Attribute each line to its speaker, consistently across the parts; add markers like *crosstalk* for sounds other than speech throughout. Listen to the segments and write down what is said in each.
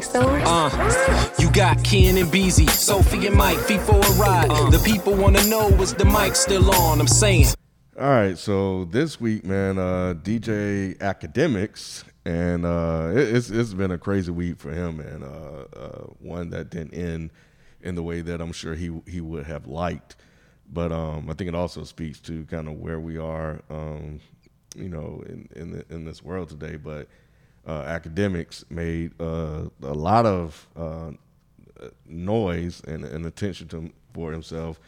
Speaker 1: Soul.
Speaker 2: Uh, you got Ken and Beezy, Sophie and Mike, feet for a ride. The people wanna know is the mic still on? I'm saying.
Speaker 3: All right, so this week, man, uh, DJ Academics, and uh, it, it's it's been a crazy week for him, and uh, uh, one that didn't end in the way that I'm sure he he would have liked. But um, I think it also speaks to kind of where we are, um, you know, in in, the, in this world today. But uh, academics made uh, a lot of uh, noise and, and attention to for himself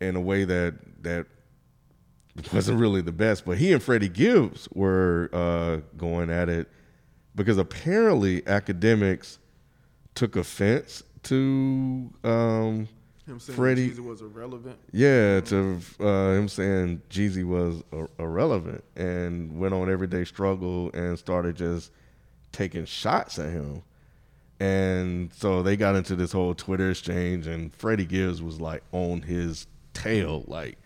Speaker 3: in a way that that wasn't really the best. But he and Freddie Gibbs were uh, going at it because apparently academics took offense to um,
Speaker 4: Him saying
Speaker 3: Freddie.
Speaker 4: Jesus was irrelevant.
Speaker 3: Yeah, to uh, him saying Jeezy was ir- irrelevant and went on everyday struggle and started just taking shots at him. And so they got into this whole Twitter exchange, and Freddie Gibbs was like on his tail, like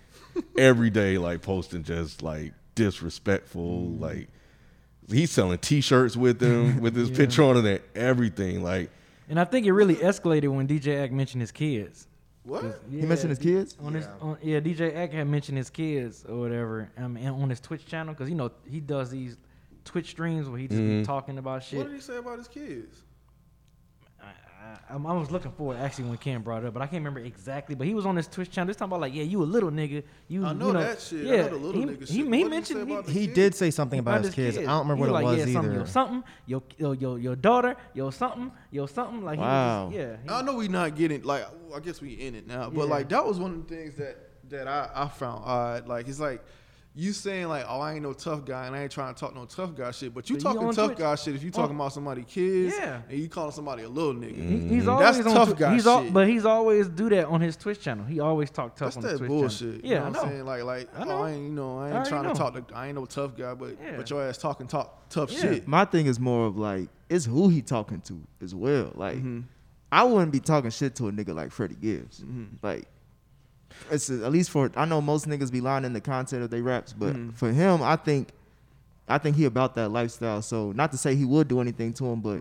Speaker 3: every day, like posting just like disrespectful, like he's selling T-shirts with him with his picture on it and everything, like.
Speaker 5: And I think it really escalated when DJ Ack mentioned his kids.
Speaker 4: What?
Speaker 5: Yeah,
Speaker 6: He mentioned his kids.
Speaker 5: On his, on, yeah, DJ Ack had mentioned his kids or whatever. I mean, and on his Twitch channel because you know he does these Twitch streams where he just
Speaker 6: Mm-hmm.
Speaker 5: be talking about shit.
Speaker 4: What did he say about his kids?
Speaker 5: I, I'm- Um, I was looking for it actually when Ken brought it up, but I can't remember exactly. But he was on his Twitch channel. This time about like, yeah, you a little nigga. You,
Speaker 4: I know
Speaker 5: you know,
Speaker 4: that shit. I
Speaker 5: Yeah,
Speaker 4: know the little
Speaker 5: he,
Speaker 4: nigga
Speaker 5: he,
Speaker 4: shit.
Speaker 5: he
Speaker 4: What did he say
Speaker 5: mentioned he,
Speaker 4: about the
Speaker 6: He
Speaker 4: kids?
Speaker 6: did say something about, his kids. I don't remember
Speaker 5: He
Speaker 6: what
Speaker 5: like,
Speaker 6: it
Speaker 5: yeah,
Speaker 6: was
Speaker 5: Something, yo,
Speaker 6: either.
Speaker 5: something, yo, yo, yo, yo, daughter, yo, something, yo, something. Like,
Speaker 6: Wow.
Speaker 5: he was, yeah. he-
Speaker 4: I know we not getting like I guess we in it now, but
Speaker 5: Yeah.
Speaker 4: like that was one of the things that that I, I found odd. Like it's like you saying like oh I ain't no tough guy and I ain't trying to talk no tough guy shit, but you
Speaker 5: But you
Speaker 4: talking
Speaker 5: on
Speaker 4: tough
Speaker 5: Twitch.
Speaker 4: guy shit if you talking
Speaker 5: On-
Speaker 4: about somebody kids
Speaker 5: Yeah.
Speaker 4: and you calling somebody a little nigga.
Speaker 5: He- He's always
Speaker 4: Mm, That's
Speaker 5: on
Speaker 4: tough
Speaker 5: Twi-
Speaker 4: guy
Speaker 5: he's al-
Speaker 4: shit.
Speaker 5: but he's always do that on his Twitch channel. He always talk tough
Speaker 4: That's
Speaker 5: on his
Speaker 4: that
Speaker 5: Twitch channel.
Speaker 4: bullshit.
Speaker 5: Yeah,
Speaker 4: you know
Speaker 5: I
Speaker 4: what
Speaker 5: know.
Speaker 4: I'm saying? Like, like
Speaker 5: I know.
Speaker 4: oh, I ain't, you know, I
Speaker 5: I
Speaker 4: ain't
Speaker 5: already
Speaker 4: trying to
Speaker 5: know.
Speaker 4: talk. To, I ain't no tough guy, but
Speaker 5: Yeah.
Speaker 4: but your ass talking talk tough
Speaker 5: Yeah.
Speaker 4: shit.
Speaker 6: My thing is more of like it's who he talking to as well. Like
Speaker 4: Mm-hmm.
Speaker 6: I wouldn't be talking shit to a nigga like Freddie Gibbs.
Speaker 4: Mm-hmm.
Speaker 6: Like it's at least for I know most niggas be lying in the content of their raps, but
Speaker 4: Mm-hmm.
Speaker 6: for him, I think I think he about that lifestyle. So not to say he would do anything to him, but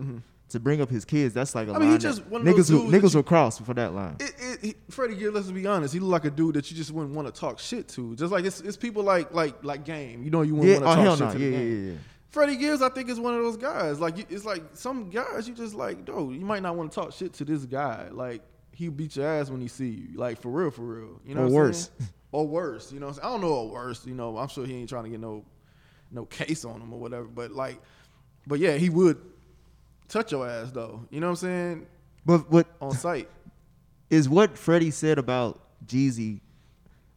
Speaker 6: to bring up his kids, that's like a
Speaker 4: Mm-hmm. I mean,
Speaker 6: line
Speaker 4: he
Speaker 6: that
Speaker 4: just one of
Speaker 6: niggas
Speaker 4: those
Speaker 6: will,
Speaker 4: dudes that
Speaker 6: niggas
Speaker 4: you-
Speaker 6: will cross for that line.
Speaker 4: it, it, he, Freddie Gibbs, let's be honest, he look like a dude that you just wouldn't want to talk shit to. Just like it's, it's people like like like game. You know you wouldn't
Speaker 6: Yeah,
Speaker 4: want to
Speaker 6: oh,
Speaker 4: talk shit
Speaker 6: hell no.
Speaker 4: to
Speaker 6: Yeah,
Speaker 4: the game.
Speaker 6: yeah, yeah, yeah.
Speaker 4: Freddie Gibbs, I think, is one of those guys. Like you, it's like some guys you just like, dude, you might not want to talk shit to this guy. Like he beat your ass when he see you. Like for real, for real. You know,
Speaker 6: Or
Speaker 4: what I'm
Speaker 6: worse.
Speaker 4: saying? or worse. You know, what I'm saying? I don't know or worse. You know, I'm sure he ain't trying to get no no case on him or whatever. But like, but yeah, he would touch your ass though. You know what I'm saying?
Speaker 6: But what
Speaker 4: On site.
Speaker 6: is what Freddie said about Jeezy.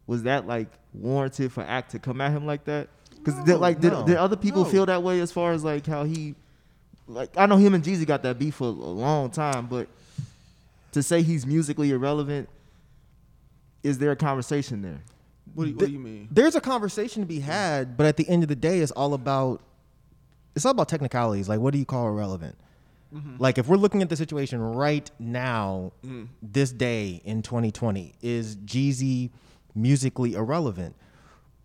Speaker 6: Was that like warranted for Act to come at him like that? Because
Speaker 4: No,
Speaker 6: like
Speaker 4: no,
Speaker 6: did, did other people
Speaker 4: no.
Speaker 6: feel that way as far as like how he, like I know him and Jeezy got that beef for a long time, but to say he's musically irrelevant, is there a conversation there?
Speaker 4: What do you, what do you mean?
Speaker 7: There's a conversation to be had, but at the end of the day, it's all about it's all about technicalities. Like, what do you call irrelevant?
Speaker 4: Mm-hmm.
Speaker 7: Like, if we're looking at the situation right now,
Speaker 4: Mm.
Speaker 7: this day in 2020, is Jeezy musically irrelevant?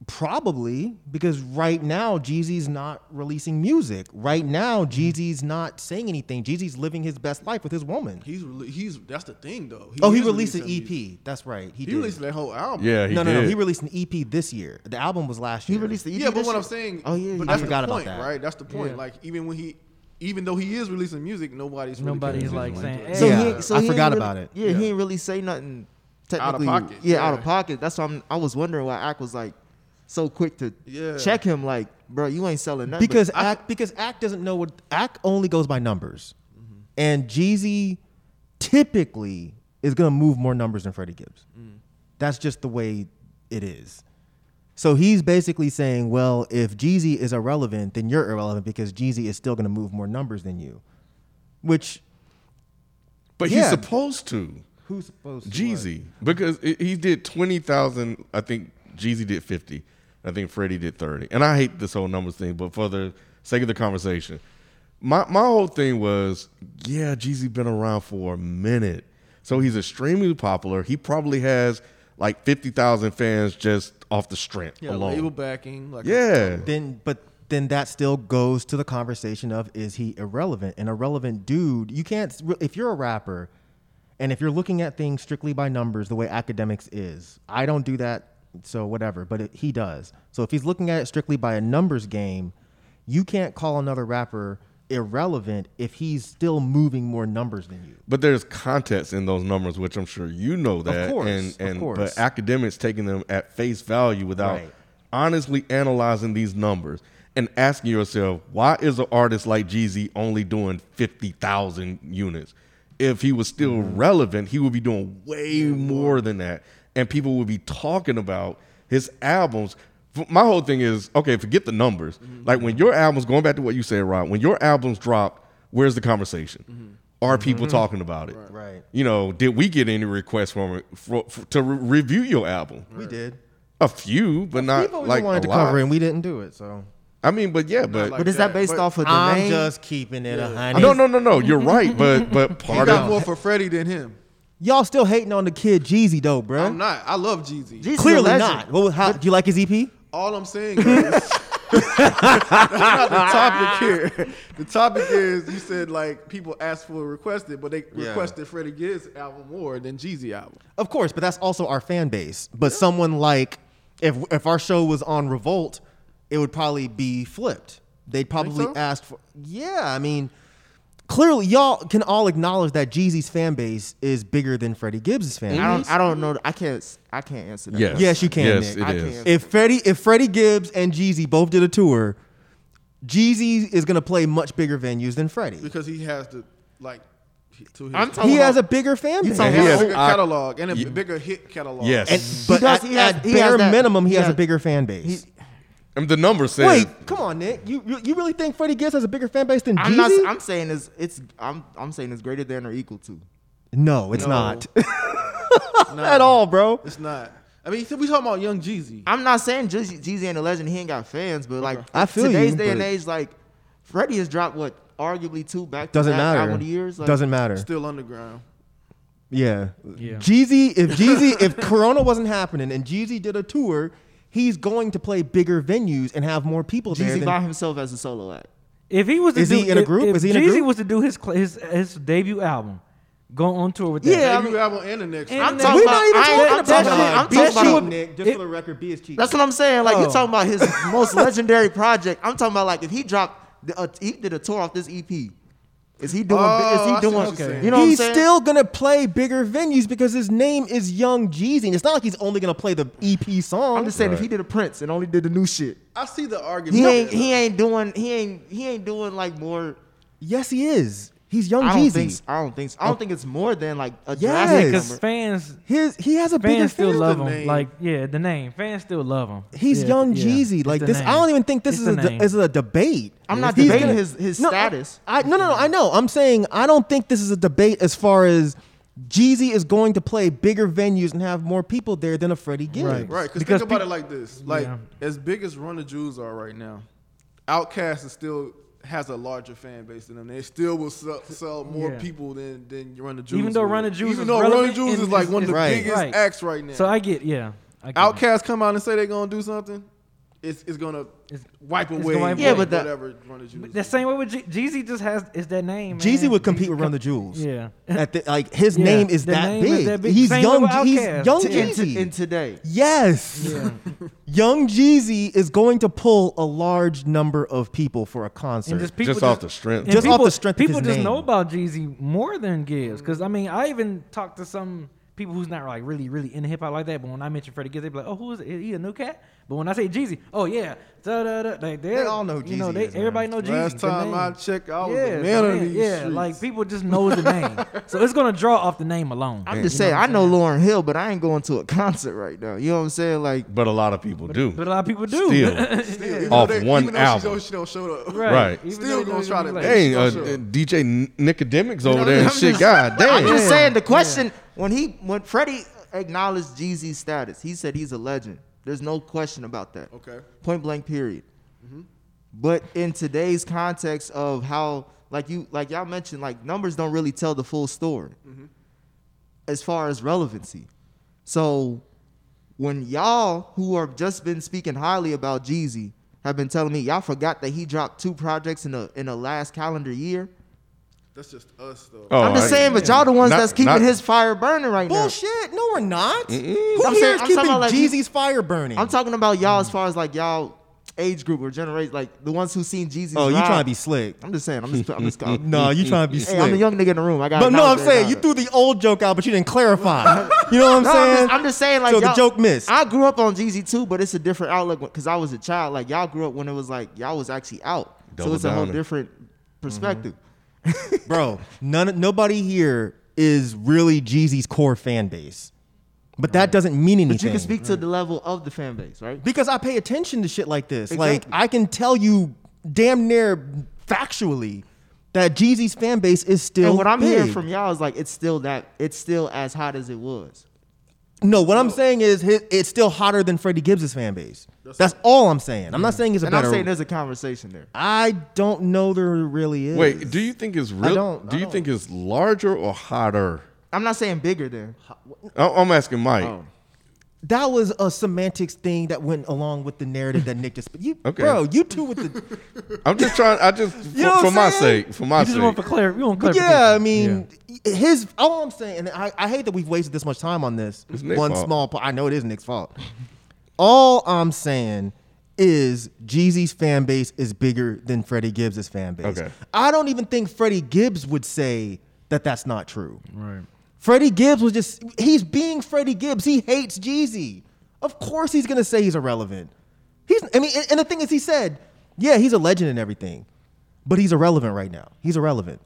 Speaker 7: Probably because right now Jeezy's not releasing music. Right now
Speaker 4: Mm-hmm.
Speaker 7: Jeezy's not saying anything. Jeezy's living his best life with his woman.
Speaker 4: He's rele- he's that's the thing though.
Speaker 7: oh, he
Speaker 4: is
Speaker 7: released an EP.
Speaker 4: releasing music.
Speaker 7: That's right. He,
Speaker 4: He
Speaker 7: did.
Speaker 4: released that whole album.
Speaker 3: Yeah, he
Speaker 7: no, no, no.
Speaker 3: did.
Speaker 7: He released an EP this year. The album was last
Speaker 6: He
Speaker 7: year.
Speaker 6: released the EP
Speaker 4: yeah, but
Speaker 6: this
Speaker 4: what
Speaker 6: year?
Speaker 4: I'm saying,
Speaker 6: Oh yeah,
Speaker 4: but
Speaker 6: yeah.
Speaker 4: that's
Speaker 7: I forgot
Speaker 4: the
Speaker 7: about
Speaker 4: point,
Speaker 7: that.
Speaker 4: right? That's the point.
Speaker 5: Yeah.
Speaker 4: Like even when he, even though he is releasing music, nobody's really
Speaker 5: Nobody's,
Speaker 4: paying
Speaker 5: like,
Speaker 4: attention.
Speaker 5: saying,
Speaker 6: So
Speaker 7: Yeah,
Speaker 6: he, ain't- so
Speaker 7: I
Speaker 6: he ain't
Speaker 7: forgot
Speaker 6: really-
Speaker 7: about it.
Speaker 6: Yeah, he didn't really say nothing technically.
Speaker 4: pocket,
Speaker 6: Yeah, out of
Speaker 4: yeah.
Speaker 6: pocket. That's why I'm, I was wondering why Ack was like so quick to
Speaker 4: Yeah.
Speaker 6: check him. Like, bro, you ain't selling nothing.
Speaker 7: because act because act doesn't know what act only goes by numbers, and Jeezy typically is gonna move more numbers than Freddie Gibbs. That's just the way it is. So he's basically saying, well, if Jeezy is irrelevant, then you're irrelevant because Jeezy is still gonna move more numbers than you, which
Speaker 3: But he's
Speaker 7: Yeah.
Speaker 3: supposed to.
Speaker 7: who's supposed
Speaker 3: Jeezy because it, he did twenty thousand. I think Jeezy did fifty. I think Freddie did thirty. And I hate this whole numbers thing, but for the sake of the conversation, my my whole thing was yeah, Jeezy been around for a minute, so he's extremely popular. He probably has like fifty thousand fans just off the strength
Speaker 4: Yeah,
Speaker 3: alone.
Speaker 4: label backing. Like
Speaker 3: yeah,
Speaker 7: Then, but then that still goes to the conversation of is he irrelevant? An irrelevant dude, you can't, if you're a rapper and if you're looking at things strictly by numbers, the way academics is, I don't do that, so whatever, but it, he does. So if he's looking at it strictly by a numbers game, you can't call another rapper irrelevant if he's still moving more numbers than you.
Speaker 3: But there's context in those numbers, which I'm sure you know that.
Speaker 7: course,
Speaker 3: and,
Speaker 7: of
Speaker 3: and
Speaker 7: course.
Speaker 3: but academics taking them at face value without
Speaker 7: Right.
Speaker 3: honestly analyzing these numbers and asking yourself, why is an artist like Jeezy only doing fifty thousand units? If he was still relevant, he would be doing way more than that, and people would be talking about his albums. F- My whole thing is okay. Forget the numbers. Like when your albums, going back to what you said, Rob. When your albums drop, where's the conversation? Are people talking about it?
Speaker 7: Right.
Speaker 3: You know, did we get any requests from it for, for, to re- review your album?
Speaker 7: We did.
Speaker 3: A few, but not
Speaker 7: People
Speaker 3: like
Speaker 7: wanted
Speaker 3: a
Speaker 7: to
Speaker 3: lot.
Speaker 7: cover and we didn't do it, so.
Speaker 3: I mean, but yeah, but
Speaker 6: But is that based
Speaker 4: But
Speaker 6: off of the
Speaker 7: I'm
Speaker 6: name?
Speaker 7: just keeping it a hundred.
Speaker 3: no, no, no, no. You're right,
Speaker 5: *laughs*
Speaker 3: but but
Speaker 4: You
Speaker 3: part
Speaker 4: got
Speaker 3: of
Speaker 4: more for Freddie than him.
Speaker 7: Y'all still hating on the kid Jeezy though, bro.
Speaker 4: I'm not. I love Jeezy.
Speaker 6: Jeezy's a
Speaker 7: Clearly
Speaker 6: legend.
Speaker 7: not. What, was- how, do you like his
Speaker 6: E
Speaker 7: EP?
Speaker 4: All I'm saying is that's not the topic here. The topic is you said like people asked for requested, but they requested Freddie Gibbs album more than Jeezy album.
Speaker 7: Of course, but that's also our fan base. But someone like, if if our show was on Revolt, it would probably be flipped. They'd probably
Speaker 4: so?
Speaker 7: ask for. Yeah, I mean, clearly y'all can all acknowledge that Jeezy's fan base is bigger than Freddie Gibbs' fan.
Speaker 6: I
Speaker 7: base.
Speaker 6: don't. I don't know. I can't. I can't answer that.
Speaker 3: yes,
Speaker 7: Yes, you can,
Speaker 3: Yes,
Speaker 7: Nick.
Speaker 3: it
Speaker 6: I
Speaker 3: is.
Speaker 6: can.
Speaker 7: If Freddie, if Freddie Gibbs and Jeezy both did a tour, Jeezy is gonna play much bigger venues than Freddie.
Speaker 4: because he has to like he- to his
Speaker 6: I'm talking-
Speaker 7: He has a bigger fan base.
Speaker 3: talking
Speaker 4: he has
Speaker 3: Yes,
Speaker 4: a bigger
Speaker 3: I-
Speaker 4: catalog and a
Speaker 3: Ye-
Speaker 4: bigger hit catalog.
Speaker 3: Yes,
Speaker 7: And, but
Speaker 6: does-
Speaker 7: at,
Speaker 6: he has-
Speaker 7: at
Speaker 6: he
Speaker 7: bare
Speaker 6: has that-
Speaker 7: minimum, he,
Speaker 6: he
Speaker 7: has,
Speaker 6: has-
Speaker 7: a bigger fan base.
Speaker 3: and the number says.
Speaker 7: Wait, come on, Nick. You you- you really think Freddie Gibbs has a bigger fan base than
Speaker 6: I'm
Speaker 7: Jeezy?
Speaker 6: not. I'm saying it's. It's. I'm. I'm saying it's greater than or equal to.
Speaker 7: no, it's
Speaker 4: No.
Speaker 6: *laughs*
Speaker 7: not
Speaker 4: Nah,
Speaker 7: *laughs* at all, bro.
Speaker 4: It's not. I mean, we talking about Young Jeezy.
Speaker 6: I'm not saying Jeezy, Jeezy ain't a legend. He ain't got fans, but like
Speaker 7: I feel
Speaker 6: today's
Speaker 7: you,
Speaker 6: day and
Speaker 7: but-
Speaker 6: age, like Freddie has dropped what arguably two back
Speaker 7: Doesn't
Speaker 6: album
Speaker 7: matter.
Speaker 6: of the years. Like,
Speaker 7: Doesn't matter.
Speaker 4: Still underground.
Speaker 7: Yeah.
Speaker 5: Yeah.
Speaker 6: *laughs*
Speaker 7: Jeezy, if Jeezy, if Corona wasn't happening and Jeezy did a tour, he's going to play bigger venues and have more people there.
Speaker 6: Jeezy
Speaker 7: than-
Speaker 6: by himself as a solo act.
Speaker 5: If he was to
Speaker 7: Is
Speaker 5: do,
Speaker 7: he in a
Speaker 5: if-
Speaker 7: group?
Speaker 5: If
Speaker 7: Is he in a
Speaker 5: Jeezy
Speaker 7: group?
Speaker 5: was to do his cl- his his debut album, go on tour with that.
Speaker 6: Yeah, I
Speaker 4: Debut
Speaker 6: mean-
Speaker 4: album and the next.
Speaker 5: And
Speaker 4: one.
Speaker 6: I'm
Speaker 5: then-
Speaker 6: talking
Speaker 5: We're
Speaker 6: about.
Speaker 5: not even
Speaker 6: I ain't-
Speaker 5: talking
Speaker 6: I'm
Speaker 5: about
Speaker 6: talking
Speaker 5: that.
Speaker 6: about. I'm
Speaker 7: Bitch,
Speaker 6: talking
Speaker 7: you
Speaker 6: about.
Speaker 7: a- Nick, just for the record, be his cheap.
Speaker 6: That's what I'm saying. Like
Speaker 5: Oh.
Speaker 6: you're talking about his most legendary project. I'm talking about like if he dropped, the, uh, he did a tour off this EP. Is he doing?
Speaker 4: Oh, I
Speaker 6: is
Speaker 4: see
Speaker 6: he doing?
Speaker 4: what you're saying.
Speaker 6: You know what I'm
Speaker 7: he's
Speaker 6: saying?
Speaker 7: still gonna play bigger venues because his name is Young Jeezy. And it's not like he's only gonna play the EP song.
Speaker 6: I'm just saying, if he did a Prince and only did the new shit,
Speaker 4: I see the argument.
Speaker 6: he ain't he ain't doing he ain't he ain't doing like more.
Speaker 7: yes, he is. He's Young
Speaker 6: I don't
Speaker 7: Jeezy.
Speaker 6: think so. I don't think so. I don't think it's more than like a
Speaker 7: Yes.
Speaker 6: drastic
Speaker 5: because
Speaker 6: number.
Speaker 5: fans
Speaker 7: His he has a bigger
Speaker 5: fans still
Speaker 7: fan
Speaker 5: love
Speaker 4: the
Speaker 5: him.
Speaker 4: name.
Speaker 5: Like yeah, the name fans still love him.
Speaker 7: He's
Speaker 5: Yeah,
Speaker 7: young
Speaker 5: yeah.
Speaker 7: Jeezy.
Speaker 5: It's
Speaker 7: Like
Speaker 5: the
Speaker 7: this, I
Speaker 5: name.
Speaker 7: don't even think this
Speaker 5: It's
Speaker 7: is
Speaker 5: the
Speaker 7: a, de-
Speaker 5: name.
Speaker 7: is a debate.
Speaker 6: I'm not
Speaker 7: He's
Speaker 6: debating his- his
Speaker 7: no, I-
Speaker 6: status.
Speaker 7: I, no, no, no. I know. I'm saying I don't think this is a debate as far as Jeezy is going to play bigger venues and have more people there than a Freddie Gibbs.
Speaker 5: Right.
Speaker 4: Right, cause
Speaker 5: Because
Speaker 4: think about
Speaker 5: peop-
Speaker 4: it like this: like
Speaker 5: Yeah.
Speaker 4: as big as Run the Jewels are right now, Outkast is still has a larger fan base than them. They still will sell, sell more
Speaker 5: Yeah.
Speaker 4: people than than Run the Jewels.
Speaker 5: Even though
Speaker 4: will.
Speaker 5: Run the Jewels
Speaker 4: even
Speaker 5: is
Speaker 4: though Run the
Speaker 5: relevant
Speaker 4: Jewels
Speaker 5: and
Speaker 4: is like
Speaker 5: it's-
Speaker 4: one of the
Speaker 5: it's- Right.
Speaker 4: biggest
Speaker 5: Right.
Speaker 4: acts right now.
Speaker 5: So I get yeah. I get it.
Speaker 4: Outkast come out and say they're gonna do something, it's it's gonna
Speaker 5: It's-
Speaker 4: wipe
Speaker 5: it's
Speaker 4: away.
Speaker 5: gonna wipe
Speaker 6: Yeah, away. but the-
Speaker 4: whatever Run the Jewels.
Speaker 5: The same way with Jeezy, Jeezy just has is that name.
Speaker 7: Jeezy
Speaker 5: man.
Speaker 7: would compete with
Speaker 5: com-
Speaker 7: Run the Jewels.
Speaker 5: Yeah.
Speaker 7: At the, like his
Speaker 5: Yeah,
Speaker 7: name is
Speaker 5: the
Speaker 7: that,
Speaker 5: name
Speaker 7: big.
Speaker 5: is that big.
Speaker 7: He's
Speaker 5: Same
Speaker 7: young.
Speaker 5: with
Speaker 7: He's
Speaker 5: Outkast.
Speaker 7: young
Speaker 6: To- in,
Speaker 7: Jeezy.
Speaker 6: to, in today.
Speaker 7: yes.
Speaker 5: Yeah.
Speaker 7: *laughs* Young Jeezy is going to pull a large number of people for a concert.
Speaker 5: And just people
Speaker 3: Just off the strength.
Speaker 5: and
Speaker 7: Just off
Speaker 5: people-
Speaker 7: the strength of
Speaker 5: People
Speaker 7: his
Speaker 5: just
Speaker 7: name.
Speaker 5: know about Jeezy more than Gibbs. Because I mean, I even talked to some people who's not like really, really into hip hop like that. But when I mention Freddie Gibbs, they be like, "Oh, who is it? Is he a new cat?" But when I say Jeezy, oh yeah, da da da, like they
Speaker 7: all know
Speaker 5: You know,
Speaker 7: Jeezy
Speaker 5: they
Speaker 7: is, man.
Speaker 5: everybody know Jeezy.
Speaker 4: Last
Speaker 5: the
Speaker 4: time I
Speaker 5: name.
Speaker 4: checked, I was
Speaker 5: yeah,
Speaker 4: a
Speaker 5: the
Speaker 4: man of
Speaker 5: name.
Speaker 4: these
Speaker 5: yeah,
Speaker 4: streets.
Speaker 5: like people just knows the
Speaker 7: *laughs*
Speaker 5: name, so it's gonna draw off the name alone.
Speaker 6: I'm just saying, I know Lauren Hill, but I ain't going to a concert right now. You know what I'm saying? Like,
Speaker 3: But a lot of people do.
Speaker 5: But a lot of people do.
Speaker 3: Still.
Speaker 4: Yeah, even
Speaker 3: Off
Speaker 4: though they-
Speaker 3: one
Speaker 4: even though
Speaker 3: album.
Speaker 4: She don't, she don't show up.
Speaker 5: *laughs* right?
Speaker 3: Right.
Speaker 5: Even
Speaker 4: Still
Speaker 5: though you
Speaker 4: gonna
Speaker 5: know,
Speaker 4: try
Speaker 5: you
Speaker 4: to-
Speaker 5: like-
Speaker 3: Hey, uh,
Speaker 4: Sure.
Speaker 3: DJ Nicodemics over
Speaker 6: You know,
Speaker 3: there and
Speaker 6: I'm
Speaker 3: shit.
Speaker 6: just-
Speaker 3: God damn.
Speaker 6: I'm just saying the question when he when Freddie acknowledged Jeezy's status, he said he's a legend. There's no question about that.
Speaker 4: Okay.
Speaker 6: Point blank period. But in today's context of how like you like y'all mentioned, like numbers don't really tell the full story as far as relevancy. So when y'all who have just been speaking highly about Jeezy have been telling me y'all forgot that he dropped two projects in the in the last calendar year.
Speaker 4: That's just us though.
Speaker 3: Oh,
Speaker 6: I'm just
Speaker 3: I-
Speaker 6: saying, but y'all the ones
Speaker 3: Not-
Speaker 6: that's keeping
Speaker 3: not-
Speaker 6: his fire burning right
Speaker 7: Bullshit. No, we're not. Who
Speaker 6: I'm
Speaker 7: here
Speaker 6: saying-
Speaker 7: is
Speaker 6: I'm talking
Speaker 7: keeping
Speaker 6: about, like,
Speaker 7: Jeezy's fire burning?
Speaker 6: now. I'm talking about y'all as far as like y'all age group or generation, like the ones who seen Jesus.
Speaker 7: oh, you trying to be slick?
Speaker 6: I'm just saying. I'm just.
Speaker 7: *laughs*
Speaker 6: I'm just I'm,
Speaker 7: No, you trying to be
Speaker 6: Hey,
Speaker 7: slick?
Speaker 6: I'm a young nigga in the room. I got.
Speaker 7: but no, I'm
Speaker 6: knowledge right
Speaker 7: saying
Speaker 6: now.
Speaker 7: you threw the old joke out, but you didn't clarify. *laughs* you know what I'm
Speaker 6: No,
Speaker 7: saying?
Speaker 6: I'm just, I'm just saying, like,
Speaker 7: so the
Speaker 6: y'all-
Speaker 7: joke missed.
Speaker 6: I grew up on Jeezy too, but it's a different outlook because I was a child. Like, y'all grew up when it was like y'all was actually out,
Speaker 3: Double
Speaker 6: so it's a whole
Speaker 3: downer.
Speaker 6: different perspective.
Speaker 7: Mm-hmm. bro. None, nobody here is really Jeezy's core fan base, but that doesn't mean anything.
Speaker 6: But you can speak to the level of the fan base, right?
Speaker 7: because I pay attention to shit like this. Like
Speaker 6: Exactly.
Speaker 7: I can tell you, damn near factually, that Jeezy's fan base is still.
Speaker 6: And what I'm hearing
Speaker 7: big.
Speaker 6: from y'all is like it's still that it's still as hot as it was.
Speaker 7: No, what I'm saying is his, it's still hotter than Freddie Gibbs' fan base. That's, all I'm saying. I'm not saying it's a
Speaker 6: Mm. And
Speaker 7: better.
Speaker 6: I'm saying there's a conversation there.
Speaker 7: I don't know there really is.
Speaker 3: Wait, do you think it's real?
Speaker 7: don't-
Speaker 3: do
Speaker 7: I
Speaker 3: you
Speaker 7: don't-
Speaker 3: think it's larger or hotter?
Speaker 6: I'm not saying bigger than.
Speaker 3: I- I'm asking Mike.
Speaker 7: Oh. that was a semantics thing that went along with the narrative that Nick just. You,
Speaker 3: Okay.
Speaker 7: bro, you two with the.
Speaker 3: I'm just trying. I just for,
Speaker 7: *laughs* You know what
Speaker 3: for
Speaker 7: I'm
Speaker 3: my
Speaker 7: saying?
Speaker 3: sake, for my
Speaker 5: You just want
Speaker 3: sake.
Speaker 5: for clar- you want
Speaker 7: But
Speaker 5: clarification.
Speaker 7: yeah, I mean, his. All I'm saying, and I, I hate that we've wasted this much time on this
Speaker 3: It's Nick's
Speaker 7: one
Speaker 3: fault.
Speaker 7: small part. I know it is Nick's fault. all I'm saying is Jeezy's fan base is bigger than Freddie Gibbs' fan base.
Speaker 3: Okay.
Speaker 7: I don't even think Freddie Gibbs would say that that's not true.
Speaker 5: Right.
Speaker 7: Freddie Gibbs was just, he's being Freddie Gibbs. He hates Jeezy. Of course he's going to say he's irrelevant. He's, I mean, and, and the thing is, he said, yeah, he's a legend and everything, but he's irrelevant right now. He's irrelevant.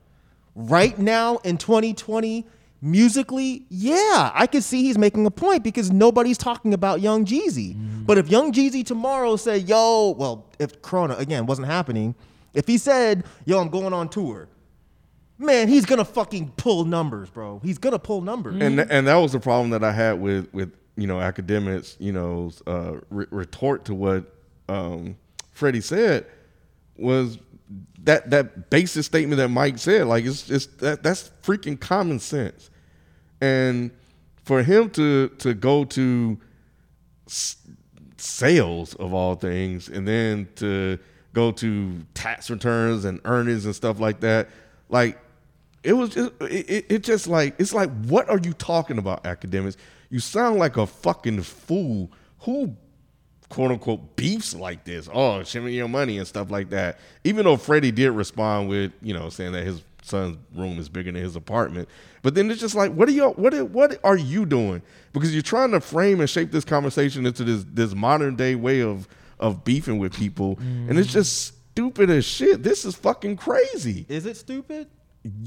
Speaker 7: Right now in 2020, musically, yeah, I could see he's making a point because nobody's talking about Young Jeezy. But if Young Jeezy tomorrow said, yo, well, if Corona, again, wasn't happening, if he said, yo, I'm going on tour, man, he's gonna fucking pull numbers, bro. He's gonna pull numbers.
Speaker 3: and and that was the problem that I had with with you know academics you know uh, re- retort to what um, Freddie said was that that basis statement that Mike said like it's it's that that's freaking common sense, and for him to to go to s- sales of all things and then to go to tax returns and earnings and stuff like that like it was just it, it, it just like it's like what are you talking about academics you sound like a fucking fool who quote unquote beefs like this oh shimmy your money and stuff like that even though freddie did respond with you know saying that his son's room is bigger than his apartment but then it's just like what are you what are, what are you doing because you're trying to frame and shape this conversation into this this modern day way of of beefing with people and it's just stupid as shit this is fucking crazy
Speaker 7: Is it stupid?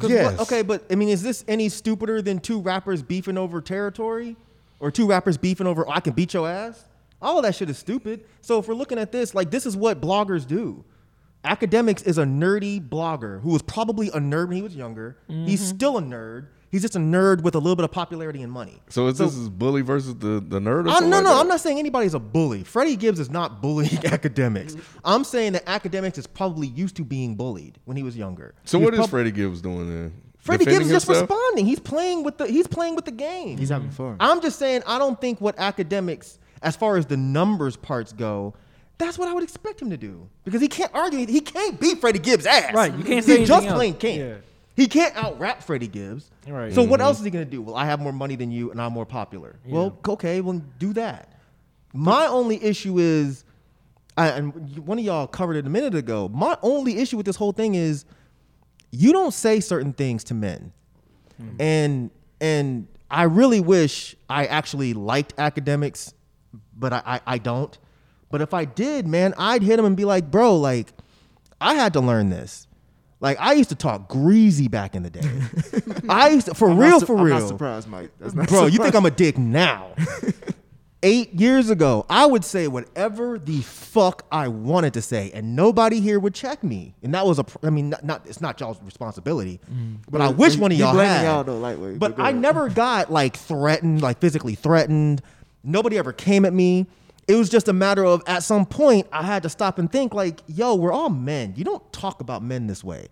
Speaker 7: 'Cause
Speaker 3: Yes.
Speaker 7: what- okay, but I mean, is this any stupider than two rappers beefing over territory, or two rappers beefing over "Oh, I can beat your ass? All of that shit is stupid. So if we're looking at this, like this is what bloggers do. Academics is a nerdy blogger who was probably a nerd when he was younger. He's still a nerd. He's just a nerd with a little bit of popularity and money.
Speaker 3: So is this is bully versus the the nerd? Or
Speaker 7: I,
Speaker 3: something
Speaker 7: no,
Speaker 3: like
Speaker 7: no,
Speaker 3: that?
Speaker 7: I'm not saying anybody's a bully. Freddie Gibbs is
Speaker 3: *laughs*
Speaker 7: not bullying academics. I'm saying that academics is probably used to being bullied when he was younger.
Speaker 3: So
Speaker 7: He was
Speaker 3: what is
Speaker 7: prob-
Speaker 3: Freddie Gibbs doing then?
Speaker 7: Freddie Gibbs
Speaker 3: Defending
Speaker 7: is just
Speaker 3: himself?
Speaker 7: responding. He's playing with the he's playing with the game.
Speaker 6: He's having fun.
Speaker 7: I'm just saying I don't think what academics, as far as the numbers parts go, that's what I would expect him to do because he can't argue. He can't beat Freddie Gibbs' ass.
Speaker 5: Right, you can't say
Speaker 7: He
Speaker 5: anything
Speaker 7: just
Speaker 5: else.
Speaker 7: plain can't.
Speaker 5: Yeah.
Speaker 7: He can't out rap Freddie Gibbs.
Speaker 5: Right.
Speaker 7: So what else is he gonna do? Well, I have more money than you, and I'm more popular. Well, okay, well do that. My only issue is, I, and one of y'all covered it a minute ago. My only issue with this whole thing is, you don't say certain things to men,
Speaker 6: Hmm.
Speaker 7: and and I really wish I actually liked academics, but I, I I don't. But if I did, man, I'd hit him and be like, bro, like I had to learn this. Like I used to talk greasy back in
Speaker 6: *laughs*
Speaker 7: the day. I used to, for
Speaker 6: I'm not
Speaker 7: real,
Speaker 6: su-
Speaker 7: for
Speaker 6: I'm
Speaker 7: real
Speaker 6: Not surprised, Mike. That's not
Speaker 7: bro, you
Speaker 6: surprising.
Speaker 7: think I'm a
Speaker 6: *laughs*
Speaker 7: dick now? Eight years ago, I would say whatever the fuck I wanted to say, and nobody here would check me. And that was a, pr- I mean, not, not it's not y'all's responsibility, but I wish
Speaker 6: Mm. you-
Speaker 7: one of
Speaker 6: you
Speaker 7: y'all
Speaker 6: blaming
Speaker 7: had.
Speaker 6: y'all though, lightweight,
Speaker 7: but
Speaker 6: but go
Speaker 7: I
Speaker 6: ahead.
Speaker 7: never got like threatened, like physically threatened. Nobody ever came at me. It was just a matter of at some point I had to stop and think like, yo, we're all men. You don't talk about men this way.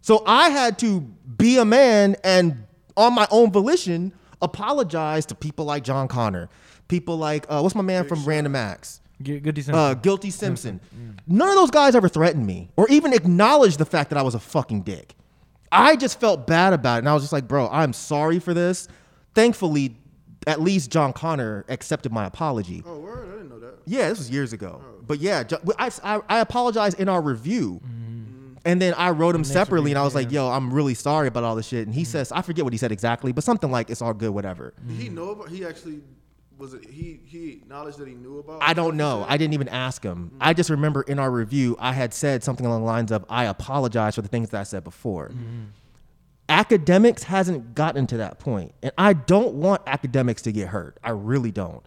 Speaker 7: So I had to be a man and on my own volition apologize to people like John Connor, people like uh, what's my man from Random Acts,
Speaker 5: Gu- Goody Simpson.
Speaker 7: uh, Guilty Simpson. None of those guys ever threatened me or even acknowledged the fact that I was a fucking dick. I just felt bad about it. And I was just like, bro, I'm sorry for this. Thankfully, at least John Connor accepted my apology.
Speaker 4: Oh, word! I didn't know that.
Speaker 7: Yeah, this was years ago. But yeah, Jo- I, I, I apologized in our review. And then I wrote him separately and I was like, yo, I'm really sorry about all this shit. And he says, I forget what he said exactly, but something like, it's all good, whatever.
Speaker 4: Did he know about? He actually was. It, he he acknowledged that he knew about.
Speaker 7: I don't know. I didn't even ask him. I just remember in our review, I had said something along the lines of, I apologize for the things that I said before. Academics hasn't gotten to that point, And I don't want academics to get hurt. I really don't.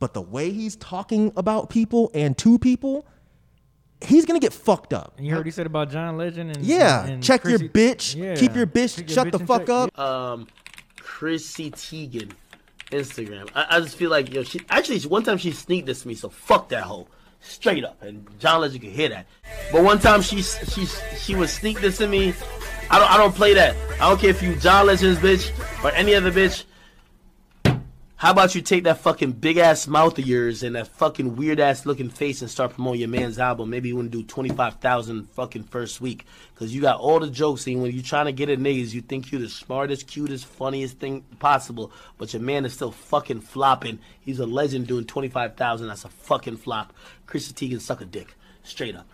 Speaker 7: But the way he's talking about people and to people, he's going to get fucked up.
Speaker 5: And you heard he said about John Legend and
Speaker 7: Uh, Yeah.
Speaker 5: and
Speaker 7: check your
Speaker 5: Chrissy-
Speaker 7: bitch.
Speaker 5: Yeah.
Speaker 7: Keep your bitch.
Speaker 5: Keep your
Speaker 7: shut
Speaker 5: bitch
Speaker 7: the
Speaker 5: in
Speaker 7: fuck
Speaker 5: check.
Speaker 7: up.
Speaker 8: um, Chrissy Teigen Instagram. I, I just feel like yo, she actually she- one time she sneaked this to me, so fuck that hoe, straight up. And John Legend could hear that. But one time she she she was sneak this to me. I don't I don't play that. I don't care if you John Legend's bitch or any other bitch. How about you take that fucking big ass mouth of yours and that fucking weird ass looking face and start promoting your man's album? Maybe you want to do 25,000 fucking first week. Because you got all the jokes, and when you're trying to get at niggas, you think you're the smartest, cutest, funniest thing possible, but your man is still fucking flopping. He's a legend doing 25,000. That's a fucking flop. Chrissy Teigen suck a dick. Straight up.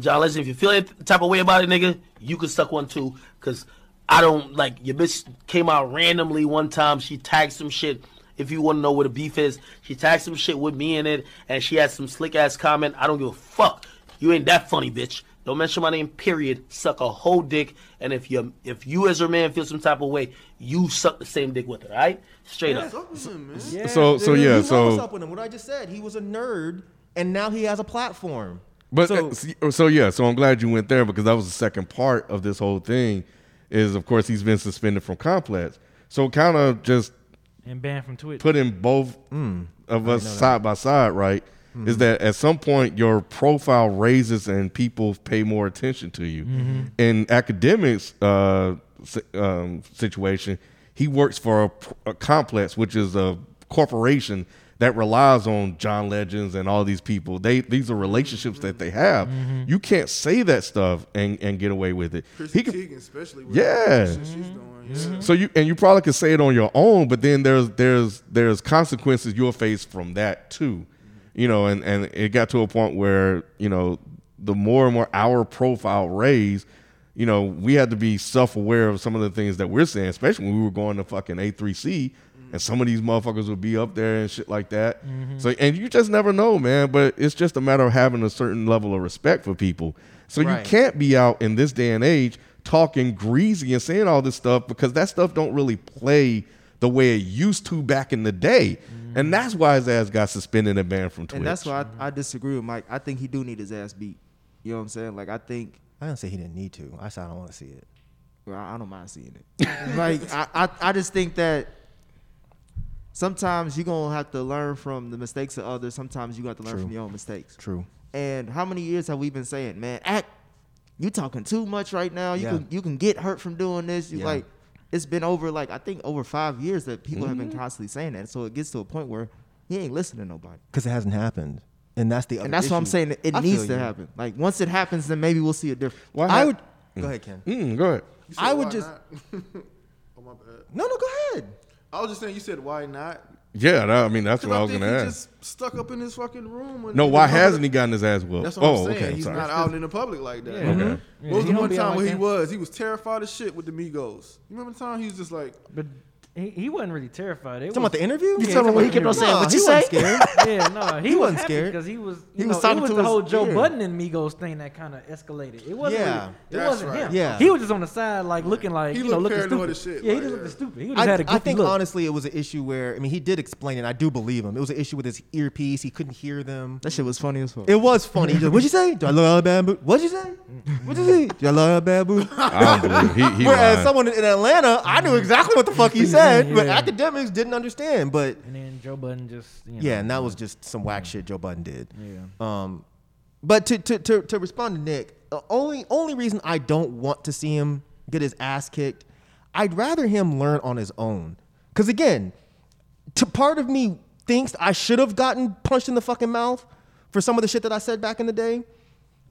Speaker 8: John Legend, if you feel that type of way about it, nigga, you can suck one too. Cause I don't like your bitch came out randomly one time. She tagged some shit. If you want to know where the beef is, she tagged some shit with me in it, and she had some slick ass comment. I don't give a fuck. You ain't that funny, bitch. Don't mention my name. Period. Suck a whole dick. And if you if you as her man feel some type of way, you suck the same dick with it. All right, straight up.
Speaker 4: Fuck with him, man.
Speaker 3: so so
Speaker 7: Dude,
Speaker 3: yeah
Speaker 7: you know what's
Speaker 3: so
Speaker 7: up with him. What I just said, he was a nerd and now he has a platform.
Speaker 3: but
Speaker 7: so-
Speaker 3: uh, s- so, yeah so I'm glad you went there because that was the second part of this whole thing is of course he's been suspended from complex so kind of just
Speaker 5: and banned from Twitch.
Speaker 3: putting both of us side by side right is that at some point your profile raises and people pay more attention to you in academics uh, si- um, situation he works for a, p- a complex which is a corporation that relies on John Legends and all these people. They these are relationships that they have. You can't say that stuff and, and get away with it.
Speaker 4: Chrissy
Speaker 3: He could-
Speaker 4: Teigen, especially. With
Speaker 3: Yeah.
Speaker 4: the shit she's doing. Yeah.
Speaker 3: so you and you probably could say it on your own, but then there's there's there's consequences you'll face from that too. You know, and and it got to a point where you know the more and more our profile raised, you know, we had to be self aware of some of the things that we're saying, especially when we were going to fucking A three C. And some of these motherfuckers would be up there and shit like that.
Speaker 4: Mm-hmm.
Speaker 3: So, and you just never know, man. But it's just a matter of having a certain level of respect for people. So
Speaker 7: Right.
Speaker 3: you can't be out in this day and age talking greasy and saying all this stuff because that stuff don't really play the way it used to back in the day.
Speaker 4: Mm-hmm.
Speaker 3: And that's why his ass got suspended and banned from Twitch.
Speaker 6: And that's why I, I disagree with Mike. I think he do need his ass beat. You know what I'm saying? Like I think
Speaker 7: I didn't say he didn't need to. I said I don't want to see it.
Speaker 6: well, I I don't mind seeing it. like I, I, I just think that sometimes you're gonna have to learn from the mistakes of others. Sometimes you got to learn from your own mistakes.
Speaker 7: True.
Speaker 6: And how many years have we been saying, man, act you talking too much right now. You
Speaker 7: Yeah.
Speaker 6: can you can get hurt from doing this. You
Speaker 7: Yeah.
Speaker 6: like it's been over like I think over five years that people have
Speaker 7: Mm-hmm.
Speaker 6: been constantly saying that. So it gets to a point where he ain't listening to nobody.
Speaker 7: Because it hasn't happened. And that's the other
Speaker 6: And that's what I'm
Speaker 7: issue.
Speaker 6: saying. It
Speaker 7: I feel
Speaker 6: needs to
Speaker 7: you.
Speaker 6: happen. Like once it happens, then maybe we'll see a difference.
Speaker 3: Why
Speaker 7: I
Speaker 3: not?
Speaker 7: would go ahead, Ken.
Speaker 3: Mm, go ahead.
Speaker 4: You said
Speaker 7: I would
Speaker 4: why
Speaker 7: just-
Speaker 4: not? *laughs* oh my bad.
Speaker 7: No, no, go ahead.
Speaker 4: I was just saying. You said why not?
Speaker 3: Yeah, that, I mean, that's
Speaker 4: 'Cause
Speaker 3: what I, was
Speaker 4: think
Speaker 3: going to
Speaker 4: he
Speaker 3: ask.
Speaker 4: Just stuck up in his fucking room. when-
Speaker 3: no,
Speaker 4: in the
Speaker 3: why
Speaker 4: public.
Speaker 3: hasn't he gotten his ass whooped?
Speaker 4: That's what
Speaker 3: oh,
Speaker 4: I'm saying.
Speaker 3: okay.
Speaker 4: He's
Speaker 3: sorry. *laughs*
Speaker 4: not out in the public like that.
Speaker 5: Yeah. uh-huh.
Speaker 3: Okay.
Speaker 5: Yeah,
Speaker 4: What was the
Speaker 5: he don't
Speaker 4: one
Speaker 5: be out
Speaker 4: time
Speaker 5: like
Speaker 4: where he
Speaker 5: that.
Speaker 4: was? He was terrified as shit with the Migos. You remember the time he was just like,
Speaker 5: But he, he wasn't really terrified. It
Speaker 7: Talking
Speaker 5: was,
Speaker 7: about the interview?
Speaker 5: Yeah, talking about
Speaker 8: he kept on
Speaker 5: interview.
Speaker 8: saying,
Speaker 7: Nah,
Speaker 8: "What
Speaker 7: he
Speaker 8: you
Speaker 7: wasn't
Speaker 8: say?"
Speaker 7: scared.
Speaker 5: *laughs* Yeah, no, he,
Speaker 7: He
Speaker 5: was
Speaker 7: wasn't scared.
Speaker 5: because he was.
Speaker 6: He
Speaker 5: he was
Speaker 6: was
Speaker 5: know,
Speaker 6: talking
Speaker 5: it was
Speaker 6: to
Speaker 5: the
Speaker 6: his
Speaker 5: whole Joe
Speaker 6: ear.
Speaker 5: Budden and Migos thing that kind of escalated. It wasn't.
Speaker 6: Yeah,
Speaker 5: really, it
Speaker 4: that's
Speaker 5: wasn't
Speaker 4: right.
Speaker 5: him.
Speaker 6: Yeah.
Speaker 5: he was just on the side, like looking like
Speaker 4: He
Speaker 5: you know,
Speaker 4: looked
Speaker 5: looking
Speaker 4: paranoid
Speaker 5: stupid.
Speaker 4: as shit,
Speaker 5: Yeah, he
Speaker 4: like,
Speaker 5: just
Speaker 4: yeah.
Speaker 5: looked stupid. He just
Speaker 7: I,
Speaker 5: had a
Speaker 7: I
Speaker 5: goofy
Speaker 7: think
Speaker 5: look.
Speaker 7: honestly it was an issue where I mean he did explain it. I do believe him. It was an issue with his earpiece. He couldn't hear them.
Speaker 6: That shit was funny as fuck.
Speaker 7: It was funny. He just, What'd you say? Do I look like a bamboo? What'd you say? What'd you say? Do I look like a bamboo?
Speaker 3: I don't believe he, he
Speaker 7: Whereas
Speaker 3: lying.
Speaker 7: someone in Atlanta, I knew exactly what the fuck he said, but
Speaker 5: Yeah.
Speaker 7: academics didn't understand. But
Speaker 5: and then Joe Budden just you know,
Speaker 7: yeah, and that was just some whack shit Joe Budden did. Yeah. Um, but to to to, to respond to Nick, the only only reason I don't want to see him get his ass kicked, I'd rather him learn on his own. Because again, to part of me thinks I should have gotten punched in the fucking mouth, for some of the shit that I said back in the day.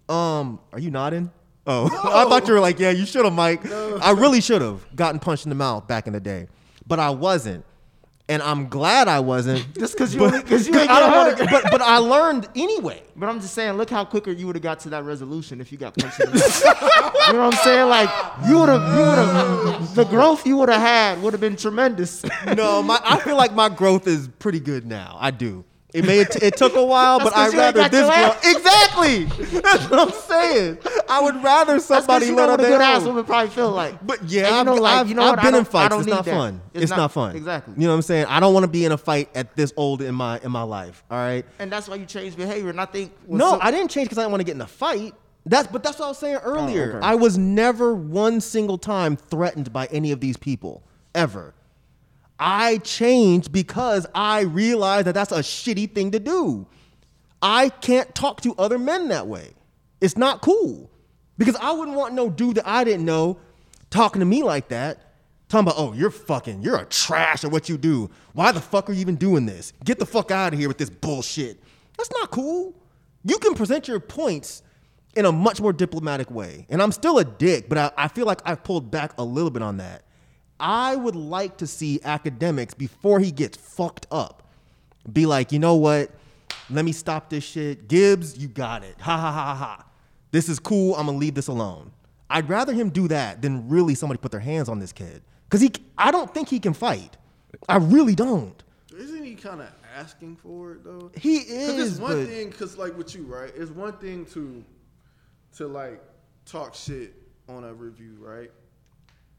Speaker 7: Um, are you nodding? Oh, *laughs* I thought you were like, yeah, you should have, Mike. I really should have gotten punched in the mouth back in the day, but I wasn't, and I'm glad I wasn't.
Speaker 6: *laughs* Just because you,
Speaker 7: *laughs* but,
Speaker 6: only- 'cause you ain't get
Speaker 7: I don't
Speaker 6: hurt.
Speaker 7: wanna- but but I learned anyway.
Speaker 6: But I'm just saying, look how quicker you would have got to that resolution if you got punched in the mouth. *laughs* you know what I'm saying? Like you would have, you would have, the growth you would have had would have been tremendous.
Speaker 7: No, my I feel like my growth is pretty good now. I do. It may it, it took a while, but I
Speaker 6: 'cause you ain't
Speaker 7: rather
Speaker 6: got your
Speaker 7: this girl
Speaker 6: ass.
Speaker 7: exactly. That's what I'm saying. I would rather
Speaker 6: That's
Speaker 7: somebody
Speaker 6: you
Speaker 7: let
Speaker 6: know
Speaker 7: on
Speaker 6: what a
Speaker 7: their
Speaker 6: good ass
Speaker 7: own.
Speaker 6: woman probably feel like.
Speaker 7: But
Speaker 6: And
Speaker 7: yeah,
Speaker 6: you
Speaker 7: I've,
Speaker 6: know, like,
Speaker 7: I've,
Speaker 6: you know
Speaker 7: I've
Speaker 6: what? I
Speaker 7: been in
Speaker 6: don't- I
Speaker 7: fights.
Speaker 6: don't
Speaker 7: It's
Speaker 6: need
Speaker 7: not
Speaker 6: that.
Speaker 7: fun. It's,
Speaker 6: It's
Speaker 7: not,
Speaker 6: not-
Speaker 7: fun.
Speaker 6: exactly.
Speaker 7: You know what I'm saying? I don't want to be in a fight at this old in my in my life. All right.
Speaker 6: and that's why you change behavior. And I think when
Speaker 7: No,
Speaker 6: some-
Speaker 7: I didn't change because I didn't want to get in a fight. That's but that's what I was saying earlier.
Speaker 6: Oh, okay.
Speaker 7: I was never one single time threatened by any of these people ever. I changed because I realized that that's a shitty thing to do. I can't talk to other men that way. It's not cool because I wouldn't want no dude that I didn't know talking to me like that. Talking about, oh, you're fucking, you're a trash at what you do. Why the fuck are you even doing this? Get the fuck out of here with this bullshit. That's not cool. You can present your points in a much more diplomatic way. And I'm still a dick, but I, I feel like I've pulled back a little bit on that. I would like to see academics before he gets fucked up be like, you know what? Let me stop this shit. Gibbs, you got it. Ha ha ha ha, ha. This is cool. I'm gonna leave this alone. I'd rather him do that than really somebody put their hands on this kid. Cause he I don't think he can fight. I really don't.
Speaker 4: Isn't he kind of asking for it though?
Speaker 7: He
Speaker 4: Cause
Speaker 7: is
Speaker 4: it's one
Speaker 7: but
Speaker 4: thing, cause like with you, right? It's one thing to, to like talk shit on a review, right?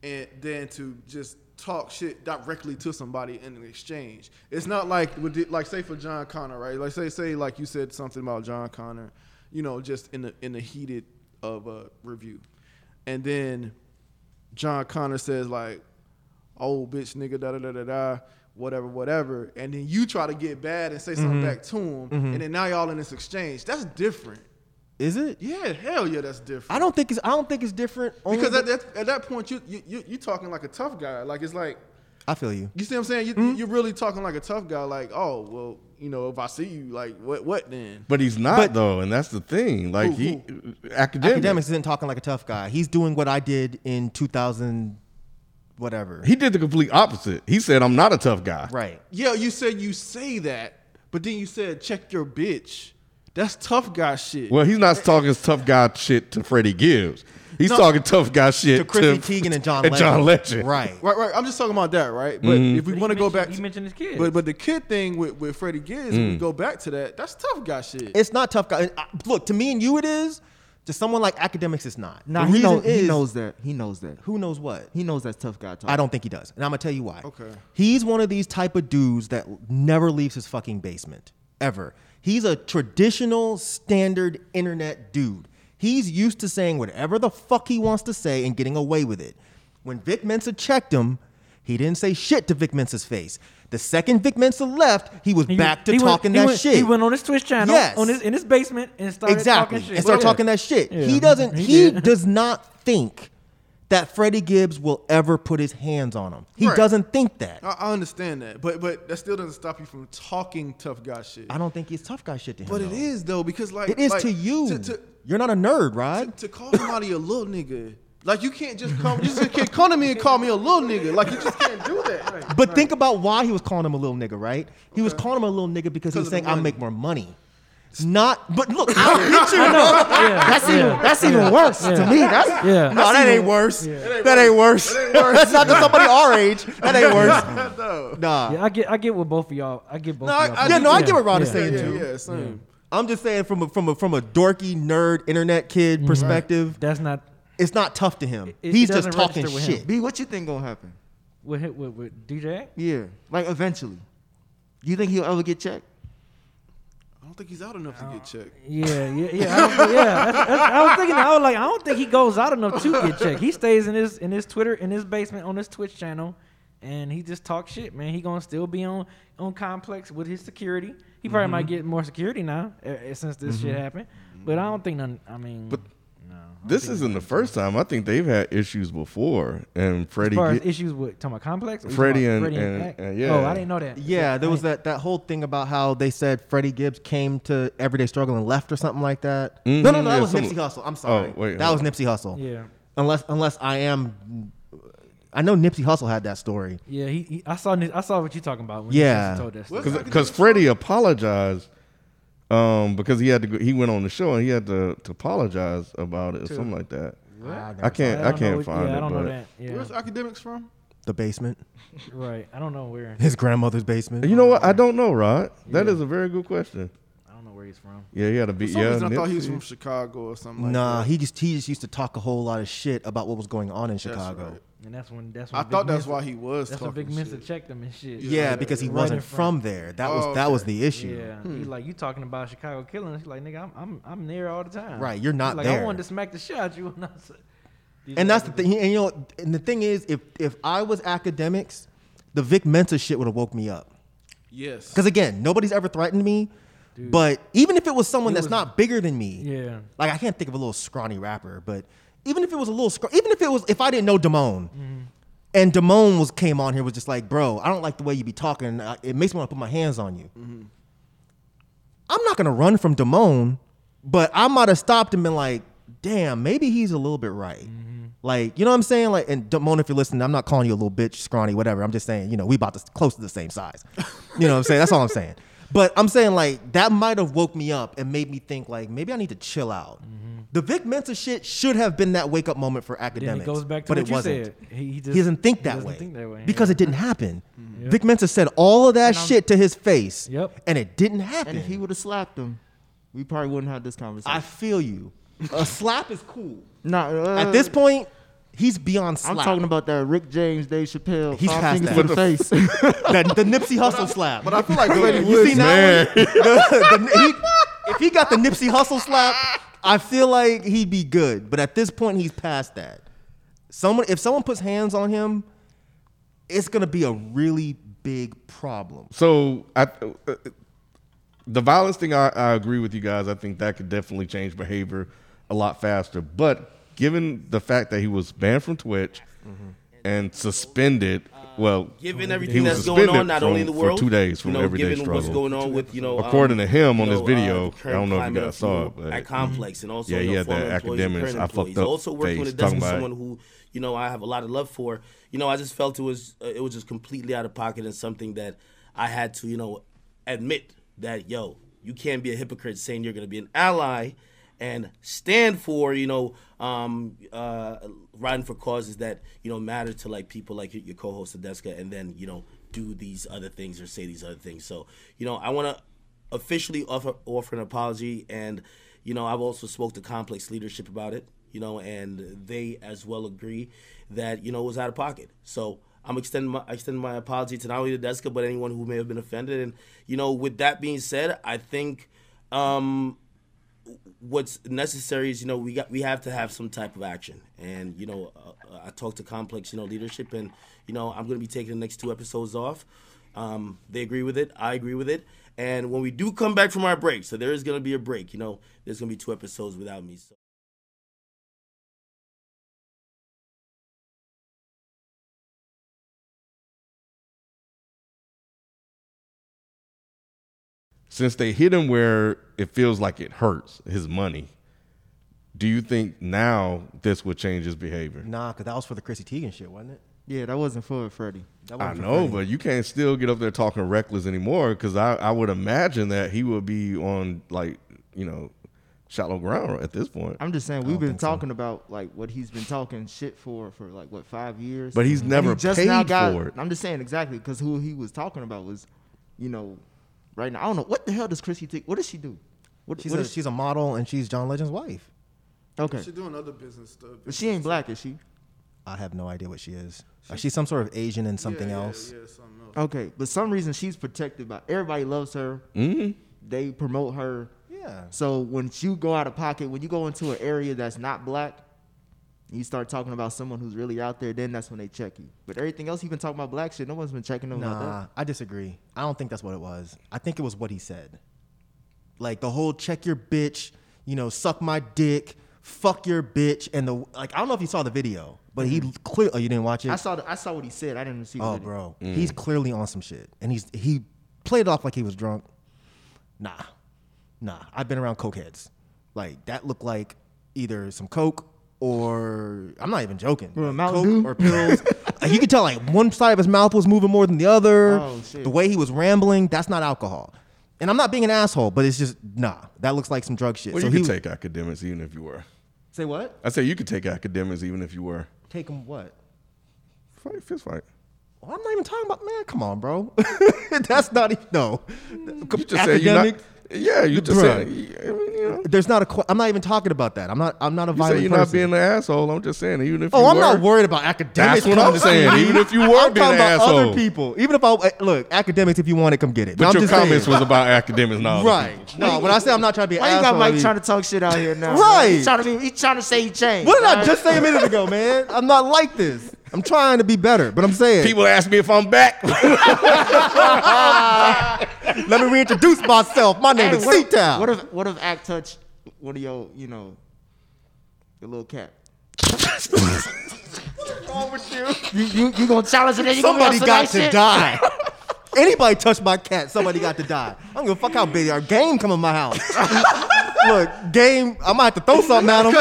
Speaker 4: And then to just talk shit directly to somebody in an exchange. It's not like with the- like say for John Connor, right? Like say say like you said something about John Connor, you know, just in the in the heated of a review, and then John Connor says like, "Oh, bitch, nigga, da da da da da, whatever, whatever," and then you try to get bad and say something
Speaker 7: Mm-hmm.
Speaker 4: back to him, and then now y'all in this exchange. That's different.
Speaker 7: is it?
Speaker 4: Yeah, hell yeah, that's different.
Speaker 7: I don't think it's I don't think it's different only
Speaker 4: because at that at that point you you you you talking like a tough guy. Like it's like
Speaker 7: I feel you.
Speaker 4: you see what I'm saying. You,
Speaker 7: Mm-hmm.
Speaker 4: You're really talking like a tough guy. Like oh well, you know if I see you like what what then?
Speaker 3: But he's not
Speaker 7: But-
Speaker 3: though, and that's the thing. Like
Speaker 4: Who-
Speaker 3: he academic.
Speaker 7: Academics isn't talking like a tough guy. He's doing what I did in two thousand whatever.
Speaker 3: He did the complete opposite. He said, "I'm not a tough guy."
Speaker 7: right.
Speaker 4: Yeah, you said you say that, but then you said check your bitch. That's tough guy shit.
Speaker 3: Well, he's not talking tough guy shit to Freddie Gibbs. He's talking tough guy shit
Speaker 7: To Chrissy Teigen and John Legend.
Speaker 3: Legend.
Speaker 7: Right.
Speaker 4: Right, right. I'm just talking about that, right? But
Speaker 7: Mm-hmm.
Speaker 4: if we
Speaker 5: But he
Speaker 4: want to go
Speaker 5: mentioned-
Speaker 4: back,
Speaker 5: he mentioned his kids.
Speaker 4: But but the kid thing with with Freddie Gibbs, if
Speaker 7: Mm.
Speaker 4: we go back to that. That's tough guy shit.
Speaker 7: It's not tough guy. and I- Look, to me and you, it is. To someone like academics, it's not.
Speaker 6: Nah,
Speaker 7: the
Speaker 6: he,
Speaker 7: reason
Speaker 6: know,
Speaker 7: is
Speaker 6: he knows that. He knows that.
Speaker 7: who knows what.
Speaker 6: He knows that's tough guy talk.
Speaker 7: I don't think he does, and I'm gonna tell you why.
Speaker 4: Okay.
Speaker 7: He's one of these type of dudes that never leaves his fucking basement ever. He's a traditional standard internet dude. He's used to saying whatever the fuck he wants to say and getting away with it. When Vic Mensa checked him, he didn't say shit to Vic Mensa's face. The second Vic Mensa left, he was
Speaker 5: He-
Speaker 7: back to
Speaker 5: he went-
Speaker 7: talking
Speaker 5: he
Speaker 7: that
Speaker 5: went-
Speaker 7: shit.
Speaker 5: He went on his Twitch channel,
Speaker 7: Yes.
Speaker 5: on his in his basement, and started
Speaker 7: exactly
Speaker 5: talking shit.
Speaker 7: and start
Speaker 5: Yeah.
Speaker 7: talking that shit. He
Speaker 5: Yeah.
Speaker 7: doesn't.
Speaker 5: He
Speaker 7: He,
Speaker 5: did.
Speaker 7: does not think that Freddie Gibbs will ever put his hands on him. He
Speaker 4: Right.
Speaker 7: doesn't think that.
Speaker 4: I, I understand that, but but that still doesn't stop you from talking tough guy shit.
Speaker 7: I don't think he's tough guy shit to him.
Speaker 4: But it
Speaker 7: though.
Speaker 4: is though because like
Speaker 7: It is
Speaker 4: like,
Speaker 7: to you.
Speaker 4: to, to,
Speaker 7: You're not a nerd, right?
Speaker 4: to call somebody a little nigga. Like you can't just come you just can't come to me and call me a little nigga. Like you just can't do that.
Speaker 7: But think about why he was calling him a little nigga, right? He was calling him a little nigga because he was
Speaker 4: of the
Speaker 7: saying, "I
Speaker 4: money.
Speaker 7: make more money." Not, but look, I'll get
Speaker 5: *laughs*
Speaker 7: you.
Speaker 5: Yeah,
Speaker 6: That's even
Speaker 5: yeah,
Speaker 6: that's
Speaker 5: yeah.
Speaker 6: even worse to
Speaker 5: Yeah.
Speaker 6: me. That's
Speaker 5: Yeah.
Speaker 7: No, that ain't worse. That ain't worse. *laughs* That's not to somebody our age. That
Speaker 4: *laughs*
Speaker 7: ain't worse.
Speaker 4: no.
Speaker 7: Nah.
Speaker 5: Yeah, I get I get what both of y'all. I get both.
Speaker 4: No, I-
Speaker 5: of y'all.
Speaker 4: I
Speaker 7: Yeah,
Speaker 4: do
Speaker 7: no, I
Speaker 4: get
Speaker 7: get what Rod is
Speaker 5: Yeah.
Speaker 7: saying
Speaker 4: Yeah,
Speaker 7: too.
Speaker 4: yeah, same.
Speaker 7: I'm just saying from a from a from a dorky nerd internet kid perspective,
Speaker 5: That's not
Speaker 7: it's not tough to him.
Speaker 5: Mm-hmm. it
Speaker 7: He's just
Speaker 5: doesn't
Speaker 7: talking
Speaker 5: register with
Speaker 7: shit.
Speaker 5: him.
Speaker 6: B. What you think gonna happen?
Speaker 5: with hit with, with DJ.
Speaker 6: Yeah, like eventually. You think he'll ever get checked?
Speaker 4: I don't think he's out enough to get checked.
Speaker 5: Yeah, yeah, yeah, I don't, yeah. That's, that's, I was thinking, I was like, I don't think he goes out enough to get checked. He stays in his in his Twitter in his basement on his Twitch channel, and he just talks shit, man. He gonna still be on on complex with his security. He probably might get more security now eh, eh, since this shit happened, but I don't think none. I mean, no.
Speaker 3: This isn't the first time. I think they've had issues before, and Freddie,
Speaker 5: As far as
Speaker 3: get-
Speaker 5: issues with talking about complex, or you
Speaker 3: Freddie
Speaker 5: talking about
Speaker 3: and-
Speaker 5: Freddie
Speaker 3: and-
Speaker 5: Pac?
Speaker 3: and yeah.
Speaker 5: Oh, I didn't know that.
Speaker 7: Yeah, there was
Speaker 5: I
Speaker 7: that, that whole thing about how they said Freddie Gibbs came to Everyday Struggle and left or something like that. no,
Speaker 3: Mhm,
Speaker 7: no, no,
Speaker 3: yeah,
Speaker 7: that was
Speaker 3: some-
Speaker 7: Nipsey Hussle. I'm sorry,
Speaker 3: Oh, wait,
Speaker 7: that
Speaker 3: hold
Speaker 7: was Nipsey Hussle.
Speaker 5: didn't- Yeah,
Speaker 7: unless unless I am, I know Nipsey Hussle had that story.
Speaker 5: yeah. He, he, I saw, Ni- I saw what you're talking about. When
Speaker 7: Yeah.
Speaker 5: he told that story.
Speaker 4: What's-
Speaker 3: because Freddie apologized um, because he had to go, he went on the show and he had to, to apologize about it or something like that. I can't I,
Speaker 5: don't know
Speaker 3: can't
Speaker 5: what-
Speaker 3: find
Speaker 5: yeah,
Speaker 3: it.
Speaker 5: I don't
Speaker 3: but
Speaker 5: know that. Yeah,
Speaker 4: Where's academics from?
Speaker 7: The basement,
Speaker 5: right. I don't know where.
Speaker 7: his grandmother's basement.
Speaker 3: you know what? I don't know, Rod. That is a very good question.
Speaker 5: I don't know where he's from.
Speaker 3: Yeah, he had to be.
Speaker 4: For some
Speaker 3: Yeah,
Speaker 4: reason, I thought he was
Speaker 3: Nipsey.
Speaker 4: from Chicago or something. Like
Speaker 7: Nah,
Speaker 4: that.
Speaker 7: he just he just used to talk a whole lot of shit about what was going on in Chicago.
Speaker 4: right.
Speaker 5: And that's when that's when
Speaker 4: I
Speaker 5: Big
Speaker 4: thought that's
Speaker 5: Mister-
Speaker 4: why he was
Speaker 5: that's when
Speaker 4: talking
Speaker 5: Big Mister
Speaker 4: shit.
Speaker 5: checked him and shit.
Speaker 7: Yeah, because he
Speaker 5: Right in
Speaker 7: wasn't
Speaker 5: front.
Speaker 7: from there. That was
Speaker 4: Oh,
Speaker 7: that was
Speaker 4: okay.
Speaker 7: the issue.
Speaker 5: Yeah,
Speaker 4: Hmm.
Speaker 5: he's like you talking about Chicago killings. He's like nigga, I'm I'm I'm there all the time.
Speaker 7: Right, you're
Speaker 5: He's
Speaker 7: not
Speaker 5: like I
Speaker 7: there.
Speaker 5: wanted to smack the shit out of you. And, I said, Did
Speaker 7: And
Speaker 5: you-
Speaker 7: that's the thing. And you know, and the thing is, if if I was academics, the Vic Mensa shit would have woke me up.
Speaker 4: Yes.
Speaker 7: Because again, nobody's ever threatened me. But even if it was someone
Speaker 5: He
Speaker 7: that's
Speaker 5: was-
Speaker 7: not bigger than me,
Speaker 5: Yeah.
Speaker 7: like I can't think of a little scrawny rapper, but even if it was a little, scr- even if it was, if I didn't know Damone,
Speaker 5: Mm-hmm.
Speaker 7: and Damone was came on here was just like, bro, I don't like the way you be talking. I- It makes me want to put my hands on you. I'm not gonna run from Damone, but I might have stopped and been like, damn, maybe he's a little bit right.
Speaker 5: Mm-hmm.
Speaker 7: Like, you know what I'm saying? Like, and Damone, if you're listening, I'm not calling you a little bitch, scrawny, whatever. I'm just saying, you know, we about to close to the
Speaker 5: *laughs*
Speaker 7: same size. You know what I'm saying? That's all I'm saying. But I'm saying like that might have woke me up and made me think like maybe I need to chill out. The Vic Mensa shit should have been that wake up moment for
Speaker 5: Mm-hmm. Then
Speaker 7: academics.
Speaker 5: it goes back to
Speaker 7: but
Speaker 5: what
Speaker 7: it
Speaker 5: you
Speaker 7: wasn't.
Speaker 5: said. He, he, just,
Speaker 7: He doesn't think
Speaker 5: he
Speaker 7: that,
Speaker 5: doesn't
Speaker 7: way
Speaker 5: think that way
Speaker 7: because
Speaker 5: yeah. Mm-hmm.
Speaker 7: it didn't happen. Vic Mensa said all of that shit to his face,
Speaker 5: Yep.
Speaker 7: and it didn't happen.
Speaker 6: And if he would have slapped him, we probably wouldn't have this
Speaker 7: I
Speaker 6: conversation.
Speaker 7: feel you. A slap is cool.
Speaker 6: Nah, uh,
Speaker 7: At this point, he's beyond slap.
Speaker 6: I'm
Speaker 7: *laughs*
Speaker 6: talking about that Rick James, Dave Chappelle,
Speaker 7: He's
Speaker 6: five
Speaker 7: past
Speaker 6: fingers
Speaker 7: that.
Speaker 6: to the face.
Speaker 7: the, the Nipsey Hustle slap.
Speaker 4: But I feel like Freddie
Speaker 7: you
Speaker 4: Woods.
Speaker 7: seen that *laughs* one? The- the- he- if he got the Nipsey Hustle slap, I feel like he'd be good. But at this point, he's past that. Someone, if someone puts hands on him, it's gonna be a really big problem.
Speaker 3: So I, uh, the violence thing, I, I agree with you guys. I think that could definitely change behavior a lot faster. But given the fact that he was banned from Twitch
Speaker 4: Mm-hmm.
Speaker 3: and suspended, well,
Speaker 4: Uh,
Speaker 8: Given
Speaker 3: he
Speaker 8: everything
Speaker 3: was
Speaker 8: that's going on,
Speaker 3: suspended
Speaker 8: not only in the
Speaker 3: from-
Speaker 8: world,
Speaker 3: for two days from
Speaker 8: you know,
Speaker 3: everyday
Speaker 8: given what's
Speaker 3: struggle.
Speaker 8: going on with you know, um,
Speaker 3: According to him on
Speaker 8: you
Speaker 3: this
Speaker 8: know, uh,
Speaker 3: video,
Speaker 8: the
Speaker 3: I
Speaker 8: current
Speaker 3: don't know if you
Speaker 8: climate
Speaker 3: guys
Speaker 8: of,
Speaker 3: saw
Speaker 8: know,
Speaker 3: it, but
Speaker 8: at complex and also
Speaker 3: Mm-hmm. Yeah,
Speaker 8: you
Speaker 3: he
Speaker 8: know,
Speaker 3: had that
Speaker 8: former employees and
Speaker 3: academics,
Speaker 8: current
Speaker 3: I fucked
Speaker 8: employees.
Speaker 3: up
Speaker 8: Also working with a
Speaker 3: face,
Speaker 8: desk
Speaker 3: talking
Speaker 8: with
Speaker 3: about-
Speaker 8: someone who you know I have a lot of love for. You know, I just felt it was uh, it was just completely out of pocket and something that I had to you know admit that yo, you can't be a hypocrite saying you're going to be an ally and stand for you know um uh riding for causes that you know matter to like people like your, your co-host Adeska and then you know do these other things or say these other things so you know i want to officially offer offer an apology and you know i've also spoke to complex leadership about it you know and they as well agree that you know it was out of pocket so i'm extending my I extend my apology to not only the deska but anyone who may have been offended and you know with that being said i think um what's necessary is you know we got we have to have some type of action and you know uh, i talked to complex you know leadership and you know i'm going to be taking the next two episodes off um, they agree with it i agree with it and when we do come back from our break so there is going to be a break you know there's going to be two episodes without me so
Speaker 3: since they hit him where it feels like it hurts his money, do you think now this would change his behavior?
Speaker 7: Nah, because that was for the Chrissy Teigen shit, wasn't it?
Speaker 6: yeah, that wasn't for Freddie.
Speaker 7: That
Speaker 3: I
Speaker 7: wasn't for
Speaker 3: know,
Speaker 7: Freddie.
Speaker 3: but you can't still get up there talking reckless anymore because I, I would imagine that he would be on like you know shallow ground at this point.
Speaker 6: I'm just saying we've been talking about like what he's been talking shit for for like what five years.
Speaker 3: But he's
Speaker 6: And
Speaker 3: never paid
Speaker 6: got,
Speaker 3: for it.
Speaker 6: I'm just saying exactly because who he was talking about was, you know, right now I don't know what the hell does Chrissy think. What does she do? What,
Speaker 7: she's
Speaker 6: what
Speaker 7: a,
Speaker 6: is she?
Speaker 7: she's a model and she's John Legend's wife.
Speaker 6: Okay,
Speaker 4: She doing other business stuff.
Speaker 6: but she ain't black, is she?
Speaker 7: I have no idea what she is. Like, she's some sort of Asian and
Speaker 4: Yeah,
Speaker 7: something
Speaker 4: yeah,
Speaker 7: else.
Speaker 4: Yeah, something else.
Speaker 6: Okay, but some reason she's protected by everybody loves her. Mm-hmm.
Speaker 3: Mhm.
Speaker 6: They promote her.
Speaker 7: Yeah.
Speaker 6: So when you go out of pocket, when you go into an area that's not black, you start talking about someone who's really out there. Then that's when they check you. But everything else you've been talking about black shit, no one's been checking them. about that.
Speaker 7: Nah, I disagree. I don't think that's what it was. I think it was what he said. Like the whole check your bitch, you know, suck my dick, fuck your bitch and the like I don't know if you saw the video, but he clear oh you didn't watch it?
Speaker 6: I saw the, I saw what he said. I didn't see. the
Speaker 7: Oh,
Speaker 6: video.
Speaker 7: bro,
Speaker 3: Mm.
Speaker 7: he's clearly on some shit, and he's he played it off like he was drunk. Nah, nah. I've been around cokeheads. Like that looked like either some coke or I'm not even joking.
Speaker 6: Bro,
Speaker 7: Like,
Speaker 6: Mountain
Speaker 7: coke
Speaker 6: Dew?
Speaker 7: or pills. like you could tell like one side of his mouth was moving more than the other.
Speaker 6: Oh, shit.
Speaker 7: The way he was rambling, that's not alcohol. And I'm not being an asshole, but it's just nah. That looks like some drug shit.
Speaker 3: Well,
Speaker 7: so
Speaker 3: you could
Speaker 7: he
Speaker 3: take academics even if you were.
Speaker 6: Say what?
Speaker 3: I say you could take academics even if you were.
Speaker 7: take him what?
Speaker 3: Fight, fist fight.
Speaker 7: Well, I'm not even talking about man. Come on, bro. *laughs* that's not even no.
Speaker 3: You just said you're not.
Speaker 7: Academic-
Speaker 3: Yeah, you just
Speaker 7: Bruh.
Speaker 3: said. I mean, you know,
Speaker 7: There's not a. Qu- I'm not even talking about that. I'm not. I'm not a
Speaker 3: you say
Speaker 7: violent
Speaker 3: you're
Speaker 7: person.
Speaker 3: not being an asshole. I'm just saying, even if
Speaker 7: oh,
Speaker 3: you
Speaker 7: I'm
Speaker 3: were,
Speaker 7: not worried about academics.
Speaker 3: That's what I'm
Speaker 7: coming to
Speaker 3: saying.
Speaker 7: me.
Speaker 3: Even if you were
Speaker 7: I'm
Speaker 3: being
Speaker 7: talking
Speaker 3: an
Speaker 7: about
Speaker 3: asshole.
Speaker 7: other people. Even if I uh, look academics, if you want it, come get it.
Speaker 3: But
Speaker 7: I'm
Speaker 3: your
Speaker 7: just
Speaker 3: comments
Speaker 7: saying.
Speaker 3: was about academics, not other people.
Speaker 7: *laughs*
Speaker 3: *laughs*
Speaker 7: right. No, when I say I'm not trying to be an
Speaker 6: Why you
Speaker 7: asshole,
Speaker 6: got
Speaker 7: I
Speaker 6: Mike
Speaker 7: mean-
Speaker 6: trying to talk shit out here now? bro?
Speaker 7: Right.
Speaker 6: He trying to be, he trying to say he changed.
Speaker 7: What did I
Speaker 6: right?
Speaker 7: just say a minute ago, man? I'm not like this. I'm trying to be better, but I'm saying.
Speaker 3: People ask me if I'm back. *laughs*
Speaker 7: let me reintroduce myself. My name
Speaker 6: Hey,
Speaker 7: is
Speaker 6: what,
Speaker 7: C
Speaker 6: if,
Speaker 7: Town.
Speaker 6: what if what if Act touch one of your you know your little cat? What's wrong with you? You you, you gonna challenge it? and you gonna be
Speaker 7: Somebody
Speaker 6: on some
Speaker 7: got
Speaker 6: nice
Speaker 7: to
Speaker 6: shit?
Speaker 7: die. *laughs* Anybody touch my cat, somebody got to die. I don't give a fuck how big they are. Game come in my house. *laughs* Look, game, I might have to throw something at him.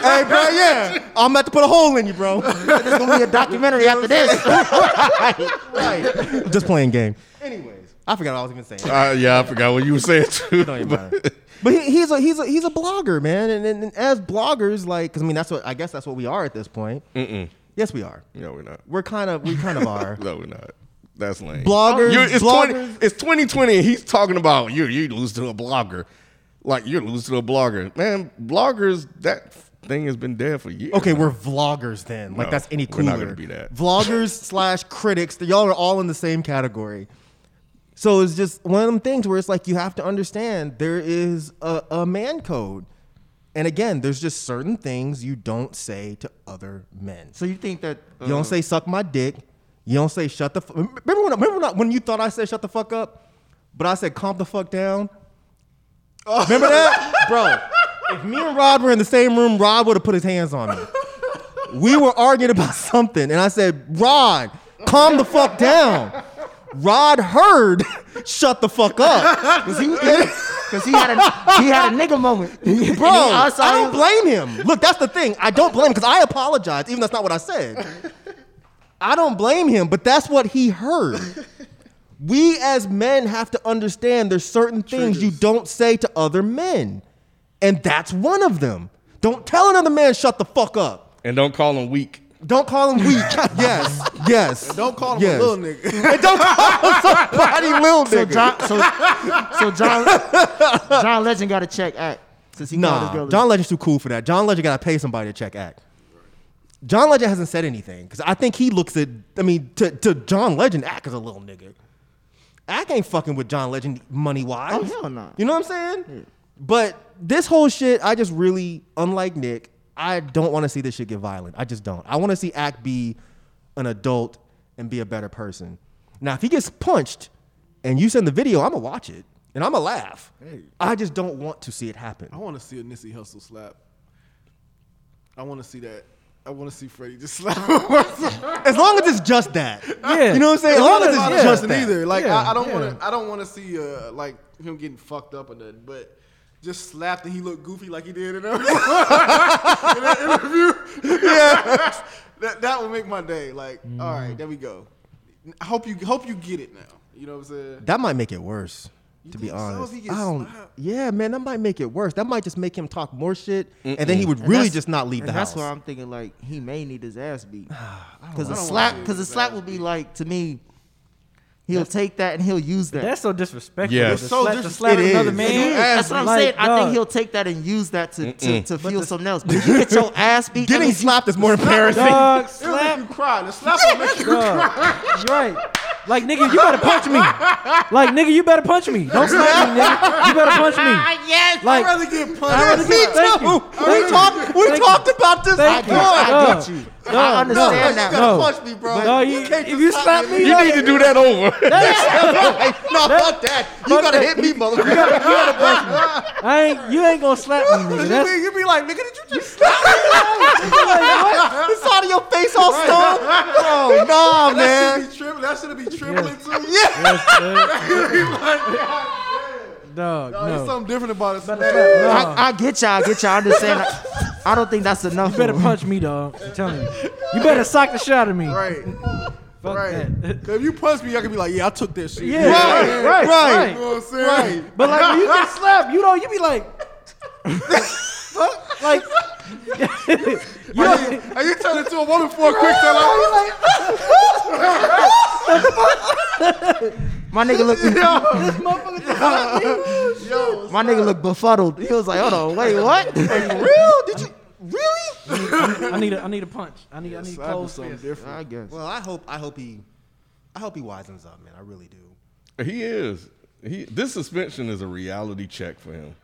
Speaker 7: Hey, bro, yeah. I'm about to put a hole in you, bro.
Speaker 6: There's gonna be a documentary after this.
Speaker 7: right. Just playing game. Anyways, I forgot what I was even saying.
Speaker 3: Uh, yeah, I forgot what you were saying too.
Speaker 7: Don't
Speaker 3: *laughs*
Speaker 7: even matter. But he, he's a he's a he's a blogger, man. And, and, and as bloggers, like, 'cause I mean, that's what I guess that's what we are at this point. Yes, we are.
Speaker 3: no, we're not.
Speaker 7: We're kind of we kind
Speaker 3: *laughs*
Speaker 7: of are.
Speaker 3: No, we're not. That's lame.
Speaker 7: Bloggers,
Speaker 3: You- it's,
Speaker 7: bloggers.
Speaker 3: 20, it's 2020 and he's talking about you. You lose to a blogger. Like you lose to a blogger. Man, bloggers, that thing has been dead for years.
Speaker 7: Okay, we're vloggers then. Like
Speaker 3: No,
Speaker 7: that's any
Speaker 3: we're
Speaker 7: cooler.
Speaker 3: not gonna be that.
Speaker 7: Vloggers
Speaker 3: *laughs*
Speaker 7: slash critics. Y'all are all in the same category. So it's just one of them things where it's like you have to understand there is a, a man code. And again, there's just certain things you don't say to other men.
Speaker 6: So you think that uh,
Speaker 7: You don't say suck my dick. You don't say shut the. F-. Remember when? Remember when, I- when you thought I said shut the fuck up, but I said calm the fuck down. Remember that, bro? If me and Rod were in the same room, Rod would have put his hands on me. We were arguing about something, and I said, Rod, calm the fuck down. Rod heard, *laughs* shut the fuck up.
Speaker 6: because he because he had a he had a nigga moment,
Speaker 7: *laughs* Bro, I
Speaker 6: also-
Speaker 7: don't blame him. Look, that's the thing. I don't blame him because I apologize, even though that's not what I
Speaker 4: *laughs*
Speaker 7: said. I don't blame him, but that's what he heard. We as men have to understand there's certain things you don't say to other men. And that's one of them. Don't tell another man shut the fuck up.
Speaker 3: And don't call him weak.
Speaker 7: Don't call him
Speaker 4: *laughs*
Speaker 7: weak. yes. Yes.
Speaker 4: Don't call him
Speaker 7: Yes.
Speaker 4: a little nigga. *laughs*
Speaker 7: And don't call him somebody little
Speaker 6: So
Speaker 7: nigga.
Speaker 6: John so, so John
Speaker 7: *laughs*
Speaker 6: John Legend got to check Act since he called his
Speaker 7: Nah,
Speaker 6: girl.
Speaker 7: John Legend's too cool for that. John Legend gotta pay somebody to check act. John Legend hasn't said anything because I think he looks at. I mean, to, to John Legend, act is a little nigga. Act ain't fucking with John Legend money wise.
Speaker 6: Oh, hell nah.
Speaker 7: You know what I'm saying? But this whole shit, I just really, unlike Nick, I don't want to see this shit get violent. I just don't. I want to see Act be an adult and be a better person. Now, if he gets punched and you send the video, I'm gonna watch it and I'm gonna laugh. I just don't want to see it happen.
Speaker 4: I want to see a Nissy Hustle slap. I want to see that. I want to see Freddie just *laughs* slap him.
Speaker 7: As long as it's just that.
Speaker 5: Yeah.
Speaker 7: You know what I'm saying?
Speaker 5: As
Speaker 7: As long
Speaker 5: long
Speaker 7: as
Speaker 4: not
Speaker 7: it's
Speaker 4: a
Speaker 7: just
Speaker 4: person
Speaker 7: that.
Speaker 4: either. Like
Speaker 5: Yeah,
Speaker 4: I, I don't
Speaker 5: yeah.
Speaker 4: want to. I don't want to see uh, like him getting fucked up or nothing. But just slapped and he looked goofy like he did *laughs* in, that- in that interview. Yeah, *laughs* that that would make my day. Like, all right, there we go. I hope you hope you get it now. You know what I'm saying?
Speaker 7: That might make it worse. to be
Speaker 4: think so? If
Speaker 7: honest,
Speaker 4: he
Speaker 7: I
Speaker 4: gets
Speaker 7: don't.
Speaker 4: slapped?
Speaker 7: Yeah, man, that might make it worse. That might just make him talk more shit, and then he would really
Speaker 6: that's-
Speaker 7: just not leave
Speaker 6: and
Speaker 7: the house.
Speaker 6: That's why I'm thinking like he may need his ass beat.
Speaker 7: *sighs*
Speaker 6: Because
Speaker 4: I
Speaker 6: a
Speaker 4: don't
Speaker 6: slap,
Speaker 4: wanna
Speaker 6: because a
Speaker 4: lose his
Speaker 6: slap
Speaker 4: ass
Speaker 6: will be like to me. He'll take that and he'll use that.
Speaker 5: That's so disrespectful.
Speaker 3: Yeah.
Speaker 5: Yeah,
Speaker 3: It's
Speaker 5: to
Speaker 4: so
Speaker 5: slap, to
Speaker 4: dis-
Speaker 5: slap
Speaker 7: it
Speaker 5: another
Speaker 7: is.
Speaker 5: man.
Speaker 7: It is.
Speaker 6: That's what I'm
Speaker 5: Like,
Speaker 6: saying. I think
Speaker 5: dog.
Speaker 6: he'll take that and use that to, to, to feel something else. But if you get your
Speaker 5: *laughs*
Speaker 6: ass beat, that
Speaker 7: Getting
Speaker 6: means you-
Speaker 7: slapped is more embarrassing.
Speaker 5: Dog,
Speaker 4: It'll make you
Speaker 5: slap,
Speaker 4: cry. The slap will make you
Speaker 5: dog.
Speaker 4: cry.
Speaker 5: Right. Like nigga, you better punch *laughs* me. Like nigga, you better punch me. Don't slap me, nigga. You better punch *laughs* me.
Speaker 6: Yes.
Speaker 5: Like
Speaker 4: I'd rather get
Speaker 5: I'd
Speaker 4: punched.
Speaker 5: rather
Speaker 7: Me
Speaker 5: get- thank
Speaker 7: too.
Speaker 5: you.
Speaker 7: We
Speaker 5: Thank you.
Speaker 7: talked. We
Speaker 5: Thank you.
Speaker 7: talk about this.
Speaker 5: Thank
Speaker 7: before.
Speaker 5: you.
Speaker 6: I
Speaker 5: Dog.
Speaker 6: get you.
Speaker 5: Dog,
Speaker 6: I understand
Speaker 5: dog.
Speaker 6: that.
Speaker 5: No.
Speaker 4: Punch me, bro.
Speaker 5: No, you,
Speaker 4: can't
Speaker 5: if
Speaker 4: just
Speaker 5: you
Speaker 4: slap
Speaker 5: slap
Speaker 4: me.
Speaker 5: me,
Speaker 3: *laughs* You
Speaker 5: dog,
Speaker 3: need to *laughs* do that over.
Speaker 7: No, fuck that. You
Speaker 5: fuck
Speaker 7: gotta
Speaker 5: that.
Speaker 7: hit me, motherfucker.
Speaker 5: I ain't, you ain't gonna slap me, nigga.
Speaker 4: You
Speaker 5: That's,
Speaker 6: *laughs*
Speaker 7: *laughs*
Speaker 4: be, you be like, nigga, did you just
Speaker 6: It's out of your face all stone.
Speaker 7: *laughs*
Speaker 6: Oh nah,
Speaker 4: That
Speaker 6: man.
Speaker 4: should be tripping. That should be trembling
Speaker 6: *laughs*
Speaker 4: too.
Speaker 5: Dog,
Speaker 4: Oh, There's
Speaker 5: no.
Speaker 4: something different about it.
Speaker 5: No.
Speaker 6: I, I get y'all, I get y'all. I'm just saying. I, I don't think that's enough.
Speaker 5: You better punch me, dog. I'm telling you. You better sock the shot at me.
Speaker 4: Right.
Speaker 5: Fuck
Speaker 4: Right.
Speaker 5: that.
Speaker 4: 'Cause If you punch me, I could be like, yeah, I took that shit.
Speaker 5: Yeah, right, right,
Speaker 4: You
Speaker 5: right.
Speaker 4: know what I'm saying?
Speaker 5: But like when you get slapped, you know, you be like, fuck, like, you
Speaker 4: Are you, are you turning into a woman for a quick time? Like,
Speaker 6: My
Speaker 5: *laughs*
Speaker 6: nigga look.
Speaker 4: yo,
Speaker 6: *laughs* My nigga looked befuddled. He was like, "Hold on, wait,
Speaker 5: *laughs*
Speaker 6: what? *laughs* Like, real? Did you really?"
Speaker 5: I need a, I need a punch. I need, I need
Speaker 4: slap is
Speaker 5: close
Speaker 4: something
Speaker 5: fist.
Speaker 4: different.
Speaker 6: I guess.
Speaker 7: *laughs* Well, I hope I hope he I hope he wisens up, man. I really do.
Speaker 3: He is. He this suspension is a reality check for him.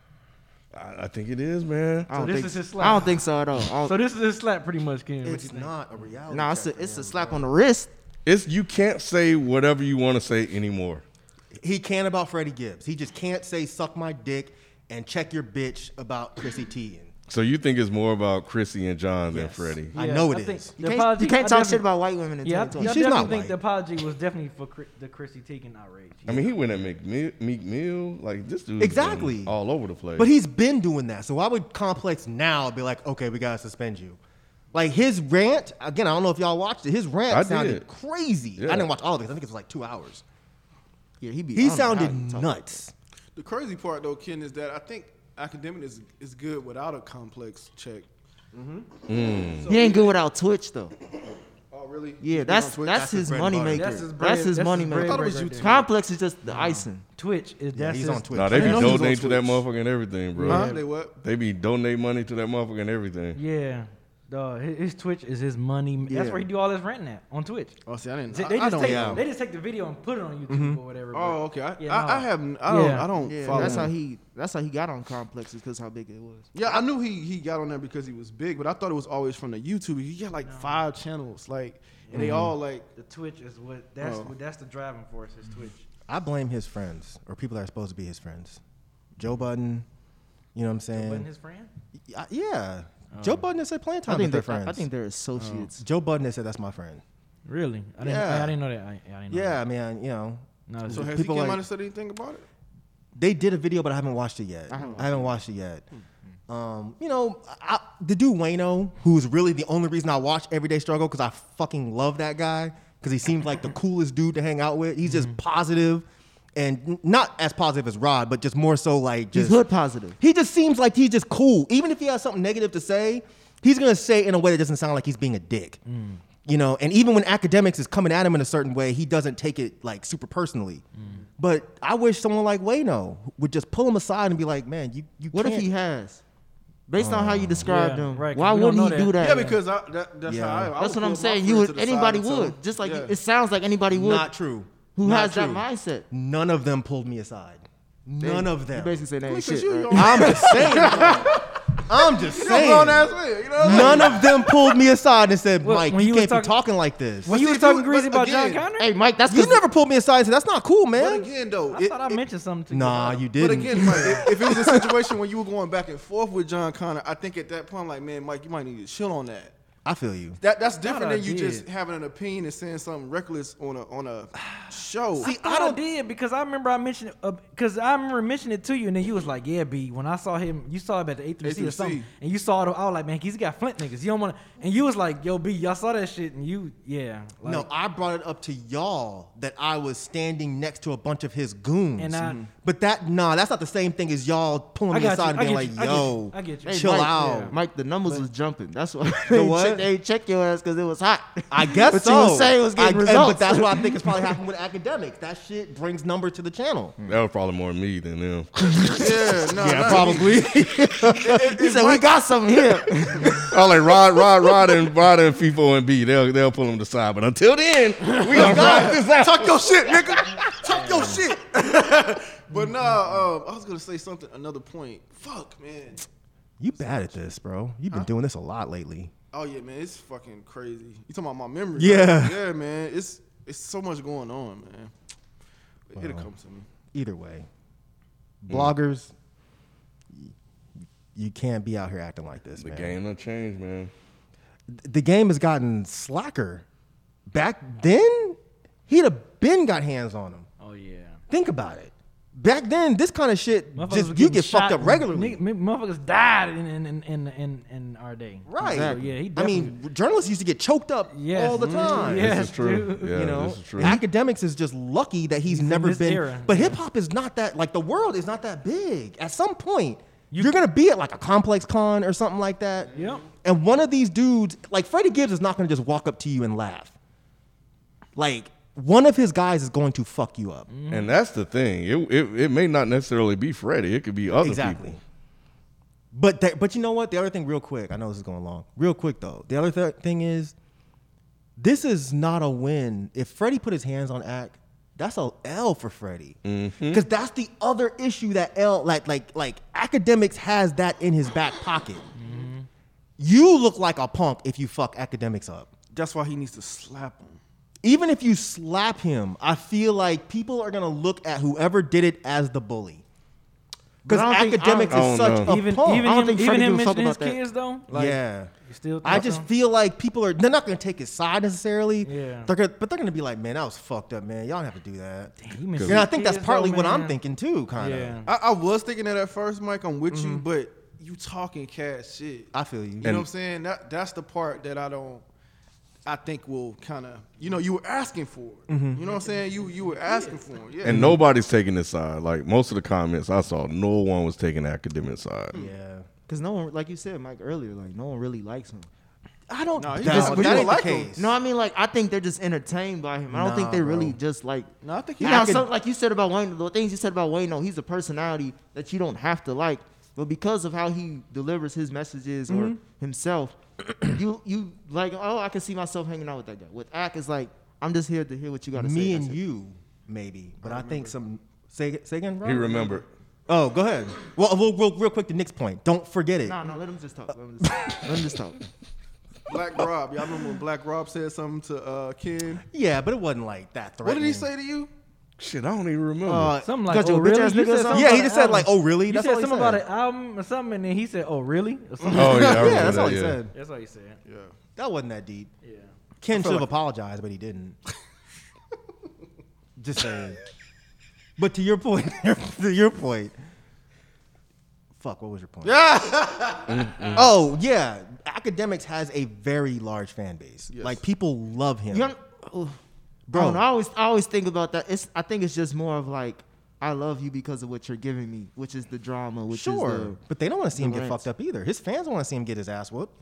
Speaker 3: I, I think it is, man.
Speaker 6: I don't
Speaker 5: this
Speaker 6: think,
Speaker 5: is his slap.
Speaker 6: I don't think so at all. I don't-
Speaker 5: So this is a slap, pretty much, Ken. What you
Speaker 7: It's
Speaker 5: think?
Speaker 7: not a reality.
Speaker 6: nah, it's
Speaker 7: check
Speaker 6: a,
Speaker 7: for
Speaker 6: it's a
Speaker 7: him,
Speaker 6: slap
Speaker 7: bro.
Speaker 6: on the wrist.
Speaker 3: It's you can't say whatever you want to say anymore.
Speaker 7: He can about Freddie Gibbs. He just can't say suck my dick and check your bitch about Chrissy Teigen.
Speaker 3: So you think it's more about Chrissy and John than Freddie?
Speaker 7: I
Speaker 5: Yeah,
Speaker 7: know it is.
Speaker 5: think the
Speaker 6: You can't,
Speaker 5: apology-
Speaker 6: you can't
Speaker 5: I
Speaker 6: talk
Speaker 5: definitely-
Speaker 6: shit about white women in
Speaker 5: Yeah, I, I
Speaker 6: 2020.
Speaker 5: definitely
Speaker 7: not
Speaker 5: think
Speaker 7: white.
Speaker 5: the apology was definitely for Chri- the Chrissy Teigen outrage.
Speaker 3: I mean, he went at Meek Mill, Meek Mill. Like this dude,
Speaker 7: Exactly.
Speaker 3: all over the place.
Speaker 7: But he's been doing that. So why would Complex now be like, okay, we gotta suspend you? Like his rant again. I don't know if y'all watched it. His rant
Speaker 3: I
Speaker 7: sounded
Speaker 3: did.
Speaker 7: crazy.
Speaker 3: Yeah. Oh
Speaker 7: I didn't watch all of it. 'cause I think it was like two hours.
Speaker 6: Yeah, he be. I don't
Speaker 7: He
Speaker 6: know how
Speaker 7: sounded
Speaker 6: he talk.
Speaker 7: nuts.
Speaker 4: The crazy part though, Ken, is that I think academic is is good without a complex check.
Speaker 6: He ain't good without Twitch though.
Speaker 4: Oh, really?
Speaker 6: Yeah, that's
Speaker 4: Twitch?
Speaker 6: that's his
Speaker 7: bread and
Speaker 6: money
Speaker 7: butter.
Speaker 6: maker.
Speaker 5: That's his
Speaker 6: That's
Speaker 5: bread-
Speaker 6: his
Speaker 5: that's
Speaker 6: money
Speaker 5: his bread
Speaker 6: maker.
Speaker 5: and butter right there.
Speaker 6: Complex is just the icing.
Speaker 5: Twitch is
Speaker 7: Yeah,
Speaker 5: that's
Speaker 7: he's
Speaker 5: his-
Speaker 7: on Twitch.
Speaker 3: nah, they be
Speaker 4: I know he's on
Speaker 3: donating to that
Speaker 4: Twitch.
Speaker 3: motherfucker and everything, bro.
Speaker 4: Huh? They what?
Speaker 3: They be donating money to that motherfucker and everything.
Speaker 5: Yeah, dog. His, his Twitch is his money. That's
Speaker 4: Yeah.
Speaker 5: where he do all his renting at on Twitch.
Speaker 4: Oh, see, I didn't.
Speaker 5: They,
Speaker 4: I,
Speaker 5: they
Speaker 4: I
Speaker 5: just
Speaker 4: don't.
Speaker 5: take
Speaker 6: yeah.
Speaker 5: they just take the video and put it on YouTube or whatever. but-
Speaker 4: oh, okay. I,
Speaker 5: Yeah,
Speaker 4: I, I
Speaker 5: no.
Speaker 4: haven't. I don't.
Speaker 5: Yeah.
Speaker 4: I don't
Speaker 6: Yeah,
Speaker 4: follow.
Speaker 6: that's how
Speaker 4: him.
Speaker 6: he. That's how he got on Complex is because how big it was.
Speaker 4: Yeah, I knew he he got on there because he was big, but I thought it was always from the YouTube. He got like five channels, like, and
Speaker 6: Mm.
Speaker 4: they all like.
Speaker 5: the Twitch is what that's
Speaker 4: Oh.
Speaker 5: what that's the driving force is Twitch.
Speaker 7: I blame his friends or people that are supposed to be his friends. Joe Budden, you know what I'm saying?
Speaker 5: Wasn't his friend?
Speaker 7: I- yeah, Joe Budden has said plenty of
Speaker 6: Oh. I
Speaker 7: times
Speaker 6: think
Speaker 7: with
Speaker 6: they're.
Speaker 7: their friends.
Speaker 6: I, I think they're
Speaker 4: Oh.
Speaker 6: associates.
Speaker 7: Joe Budden has said that's my friend.
Speaker 5: Really? I didn't.
Speaker 7: Yeah.
Speaker 5: I, I didn't know that. I, I didn't know.
Speaker 7: Yeah, I mean, you know,
Speaker 5: That. No,
Speaker 4: So
Speaker 5: it's-
Speaker 4: has
Speaker 7: People
Speaker 4: he came
Speaker 7: like-
Speaker 4: out and said anything about it?
Speaker 7: they did a video, but I haven't watched it yet. I haven't watched, Hmm. it yet. Um, you know, I, the dude Wayno, who's really the only reason I watch Everyday Struggle because I fucking love that guy because he seems *laughs* like the coolest dude to hang out with. He's just positive and n- not as positive as Rod, but just more so like
Speaker 6: He's
Speaker 7: just
Speaker 6: hood positive.
Speaker 7: He just seems like he's just cool. Even if he has something negative to say, he's gonna say it in a way that doesn't sound like he's being a dick. You know, and even when academics is coming at him in a certain way, he doesn't take it like super personally. But I wish someone like Wayno would just pull him aside and be like, "Man, you you
Speaker 6: What if
Speaker 7: can't-
Speaker 6: he has? Based on how you described
Speaker 5: Yeah,
Speaker 6: him,
Speaker 5: right, 'cause
Speaker 6: why
Speaker 5: we don't
Speaker 6: wouldn't he
Speaker 5: know
Speaker 6: do
Speaker 5: that.
Speaker 6: that?
Speaker 4: Oh. Yeah, because I, that, that's
Speaker 7: Yeah.
Speaker 4: how I. I
Speaker 6: that's
Speaker 4: would
Speaker 6: what I'm
Speaker 4: pull my
Speaker 6: saying.
Speaker 4: friend
Speaker 6: You
Speaker 4: to
Speaker 6: would.
Speaker 4: the side
Speaker 6: Anybody
Speaker 4: and tell
Speaker 6: would.
Speaker 4: him.
Speaker 6: Just like
Speaker 4: Yeah.
Speaker 6: it sounds like anybody would.
Speaker 7: Not true.
Speaker 6: Who
Speaker 7: Not
Speaker 6: has that
Speaker 7: true.
Speaker 6: mindset?
Speaker 7: None of them pulled me aside. None of them.
Speaker 6: You basically saying that ain't
Speaker 4: Because
Speaker 6: shit.
Speaker 4: you,
Speaker 6: right?
Speaker 4: you
Speaker 7: I'm just saying. I'm just
Speaker 4: a grown
Speaker 7: saying.
Speaker 4: ass man. You know. what I'm saying?
Speaker 7: None of them pulled me aside and said,
Speaker 5: Well,
Speaker 7: "Mike,
Speaker 5: when
Speaker 7: you,
Speaker 5: you was
Speaker 7: can't
Speaker 5: talking-
Speaker 7: be talking like this."
Speaker 5: when you
Speaker 4: see,
Speaker 5: were talking
Speaker 4: dude,
Speaker 5: greasy
Speaker 4: but
Speaker 5: about John
Speaker 4: again-
Speaker 5: Connor,
Speaker 6: Hey, Mike, that's
Speaker 7: You
Speaker 6: 'cause-
Speaker 7: never pulled me aside and said, that's not cool,
Speaker 4: But
Speaker 7: man.
Speaker 4: again, though,
Speaker 5: I
Speaker 4: it-
Speaker 5: thought I
Speaker 4: it-
Speaker 5: mentioned something. To you
Speaker 7: Nah,
Speaker 5: about
Speaker 7: you
Speaker 5: him.
Speaker 7: didn't.
Speaker 4: But again, Mike, if, if it was
Speaker 5: *laughs*
Speaker 4: a situation where you were going back and forth with John Connor, I think at that point, I'm like, man, Mike, you might need to chill on that.
Speaker 7: I feel you.
Speaker 4: That that's different
Speaker 5: I
Speaker 4: than you
Speaker 5: did.
Speaker 4: just having an opinion and saying something reckless on a on a show.
Speaker 5: I, thought I did because I remember I mentioned because I remember mentioning it to you and then you was like, "Yeah, B." When I saw him, you saw him at the A3C or
Speaker 4: A3C.
Speaker 5: something, and you saw it. I was like, "Man, he's got Flint niggas. You don't want to." And you was like, "Yo, B, y'all saw that shit?" And you, yeah, like,
Speaker 7: no, I brought it up to y'all that I was standing next to a bunch of his goons.
Speaker 5: And I-
Speaker 7: but that, nah, that's not the same thing as y'all pulling
Speaker 5: I
Speaker 7: me
Speaker 5: got you,
Speaker 7: aside and
Speaker 5: I
Speaker 7: being
Speaker 5: get
Speaker 7: like,
Speaker 5: you, I get
Speaker 7: yo,
Speaker 5: you, I get you.
Speaker 6: Hey,
Speaker 7: chill
Speaker 6: Mike,
Speaker 7: out.
Speaker 5: yeah.
Speaker 6: Mike, the numbers was jumping. That's why *laughs* they,
Speaker 7: what?
Speaker 6: Check, they check your ass because it was hot.
Speaker 7: I guess
Speaker 6: but
Speaker 7: so.
Speaker 6: you was saying it was
Speaker 7: I-
Speaker 6: getting
Speaker 7: and-
Speaker 6: results.
Speaker 7: But that's what I think *laughs* is probably happening with academics. That shit brings number to the channel.
Speaker 5: Hmm.
Speaker 3: That was probably more me than them. *laughs*
Speaker 4: yeah, no, no.
Speaker 5: *laughs*
Speaker 7: probably.
Speaker 6: he said we got
Speaker 4: *laughs*
Speaker 6: something here.
Speaker 3: I like Rod, Rod, Rod, and Rod and FIFO and B. They'll they'll pull them aside. But until then, we
Speaker 7: *laughs*
Speaker 3: gonna ride this out.
Speaker 4: Talk your shit,
Speaker 5: *laughs*
Speaker 4: nigga. Talk your shit. but nah, um, I was gonna say something. Another point. Fuck, man.
Speaker 7: you bad at this, bro. You've been doing this a lot lately.
Speaker 4: Oh yeah, man. It's fucking crazy. You talking about my memory?
Speaker 7: Yeah.
Speaker 4: right? Yeah, man. It's it's so much going on, man. It'll come to me.
Speaker 3: Mm.
Speaker 7: Either way, bloggers, y- you can't be out here acting like this,
Speaker 3: The
Speaker 7: man.
Speaker 3: game done changed, man.
Speaker 7: The game has gotten slacker. Back then, he'd have been got hands on him.
Speaker 5: Oh yeah.
Speaker 7: Think about it. Back then, this kind of shit
Speaker 5: Motherfuckers were
Speaker 7: just you
Speaker 5: getting
Speaker 7: get
Speaker 5: shot
Speaker 7: fucked up
Speaker 5: and
Speaker 7: regularly.
Speaker 5: nigga- m- motherfuckers died in in in in, in, in our day.
Speaker 7: Right.
Speaker 5: So, yeah, he
Speaker 7: I
Speaker 5: definitely.
Speaker 7: mean, journalists used to get choked up
Speaker 5: Yes.
Speaker 7: all the
Speaker 5: Mm,
Speaker 7: time.
Speaker 5: yes,
Speaker 3: This is true.
Speaker 5: dude.
Speaker 3: Yeah,
Speaker 7: you know,
Speaker 3: this is true.
Speaker 7: academics is just lucky that he's,
Speaker 5: in
Speaker 7: never
Speaker 5: this
Speaker 7: been.
Speaker 5: era.
Speaker 7: But
Speaker 5: Yeah.
Speaker 7: hip hop is not that like the world is not that big. At some point,
Speaker 5: You-
Speaker 7: you, are gonna be at like a complex con or something like that.
Speaker 5: Yep.
Speaker 7: And one of these dudes, like Freddie Gibbs, is not gonna just walk up to you and laugh. Like one of his guys is going to fuck you up.
Speaker 3: And that's the thing. It, it it may not necessarily be Freddie. It could be other
Speaker 7: exactly.
Speaker 3: people.
Speaker 7: But that, but you know what? The other thing, real quick. I know this is going long. Real quick though. The other th- thing is, this is not a win. If Freddie put his hands on Ack, that's a L for Freddie. Because that's the other issue that L like like like academics has that in his back pocket. You look like a punk if you fuck academics up.
Speaker 4: That's why he needs to slap him.
Speaker 7: Even if you slap him, I feel like people are gonna look at whoever did it as the bully.
Speaker 4: But
Speaker 7: Because
Speaker 4: I don't think- I
Speaker 7: academics
Speaker 3: don't-
Speaker 7: is
Speaker 3: I
Speaker 7: such
Speaker 3: don't know.
Speaker 7: a
Speaker 5: even
Speaker 7: punk.
Speaker 5: even
Speaker 6: I don't
Speaker 5: him,
Speaker 6: think
Speaker 5: even
Speaker 6: Freddie
Speaker 5: him
Speaker 6: gives a fuck
Speaker 5: mentioning his
Speaker 6: about that.
Speaker 5: kids though.
Speaker 7: yeah.
Speaker 5: You still
Speaker 7: I
Speaker 5: think
Speaker 7: just
Speaker 5: so?
Speaker 7: feel like people are they're not gonna take his side necessarily.
Speaker 5: Yeah.
Speaker 7: They're gonna, but they're gonna be like, man, that was fucked up, man. Y'all don't have to do that.
Speaker 5: He mentioned
Speaker 7: And I
Speaker 5: his
Speaker 7: think that's
Speaker 5: kids,
Speaker 7: partly
Speaker 5: though,
Speaker 7: what I'm
Speaker 5: man.
Speaker 7: thinking too, kind of.
Speaker 5: Yeah.
Speaker 4: I, I was thinking that at first, Mike. I'm with
Speaker 5: Mm-hmm.
Speaker 4: you, but you talking cash shit.
Speaker 7: I feel you.
Speaker 4: You know what I'm saying? That that's the part that I don't. I think will kind of you know you were asking for. It.
Speaker 7: Mm-hmm.
Speaker 4: You know what I'm saying? You you were asking for. It. Yeah.
Speaker 3: And nobody's taking this side. Like most of the comments I saw, no one was taking the academic side.
Speaker 7: yeah.
Speaker 6: Because no one, like you said, Mike earlier, like no one really likes him.
Speaker 7: I don't.
Speaker 4: No,
Speaker 7: doubt
Speaker 4: he
Speaker 7: that
Speaker 4: just-
Speaker 7: ain't
Speaker 4: we don't
Speaker 7: the
Speaker 4: like him.
Speaker 7: case.
Speaker 6: No, I mean like I think they're just entertained by him. I don't think
Speaker 7: Nah,
Speaker 6: they really
Speaker 7: bro.
Speaker 6: just like.
Speaker 4: No, I think
Speaker 6: you
Speaker 4: he
Speaker 6: know,
Speaker 4: acted-
Speaker 6: some- like you said about Wayne, the things you said about Wayne. No, he's a personality that you don't have to like, but because of how he delivers his messages
Speaker 7: Mm-hmm.
Speaker 6: or himself, *clears throat* you you like oh I can see myself hanging out with that guy. With Ack is like I'm just here to hear what you got to say.
Speaker 7: me
Speaker 6: That's
Speaker 7: and
Speaker 6: it.
Speaker 7: you maybe, but I, think some. Say, say again, Rob?
Speaker 3: He remembered.
Speaker 7: Oh, go ahead. Well, we'll, real- real quick to Nick's point. Don't forget it.
Speaker 6: No, no, let him just talk. Let him just
Speaker 7: *laughs*
Speaker 6: talk. let him just talk.
Speaker 4: Black Rob, y'all remember when Black Rob said something to uh, Ken?
Speaker 7: Yeah, but it wasn't like that
Speaker 4: What
Speaker 7: threatening.
Speaker 4: did he say to you?
Speaker 3: Shit, I don't even remember.
Speaker 7: Uh,
Speaker 5: Something like,
Speaker 6: Got
Speaker 5: oh,
Speaker 6: your
Speaker 5: really?
Speaker 6: bitch-ass
Speaker 5: You
Speaker 6: nigga
Speaker 5: said
Speaker 6: or
Speaker 5: something
Speaker 6: something?
Speaker 7: Yeah, he
Speaker 5: about
Speaker 7: just
Speaker 5: an
Speaker 7: said, like,
Speaker 5: album.
Speaker 7: oh, really?
Speaker 5: You
Speaker 7: That's
Speaker 5: said
Speaker 7: all he
Speaker 5: something
Speaker 7: said.
Speaker 5: about an album or something, and then he said, oh, really? Or something.
Speaker 3: oh
Speaker 7: *laughs*
Speaker 3: yeah, I remember
Speaker 7: yeah, that's
Speaker 3: that,
Speaker 7: all he
Speaker 3: yeah.
Speaker 7: said.
Speaker 5: *laughs* That's all he said. Yeah.
Speaker 7: That wasn't that deep.
Speaker 5: Yeah.
Speaker 7: Ken should have apologized, but he didn't. *laughs* Just saying. But to your point, *laughs* to your point. Fuck, what was your point? oh, yeah. Academics has a very large fan base. Like people love him.
Speaker 6: You don't- oh,
Speaker 7: Bro.
Speaker 6: I, don't know, I always I always think about that. It's I think it's just more of like I love you because of what you're giving me, which is the drama, which
Speaker 7: sure.
Speaker 6: is the
Speaker 7: but they don't want to see him get
Speaker 6: rants.
Speaker 7: fucked up either. His fans don't want to see him get his ass whooped.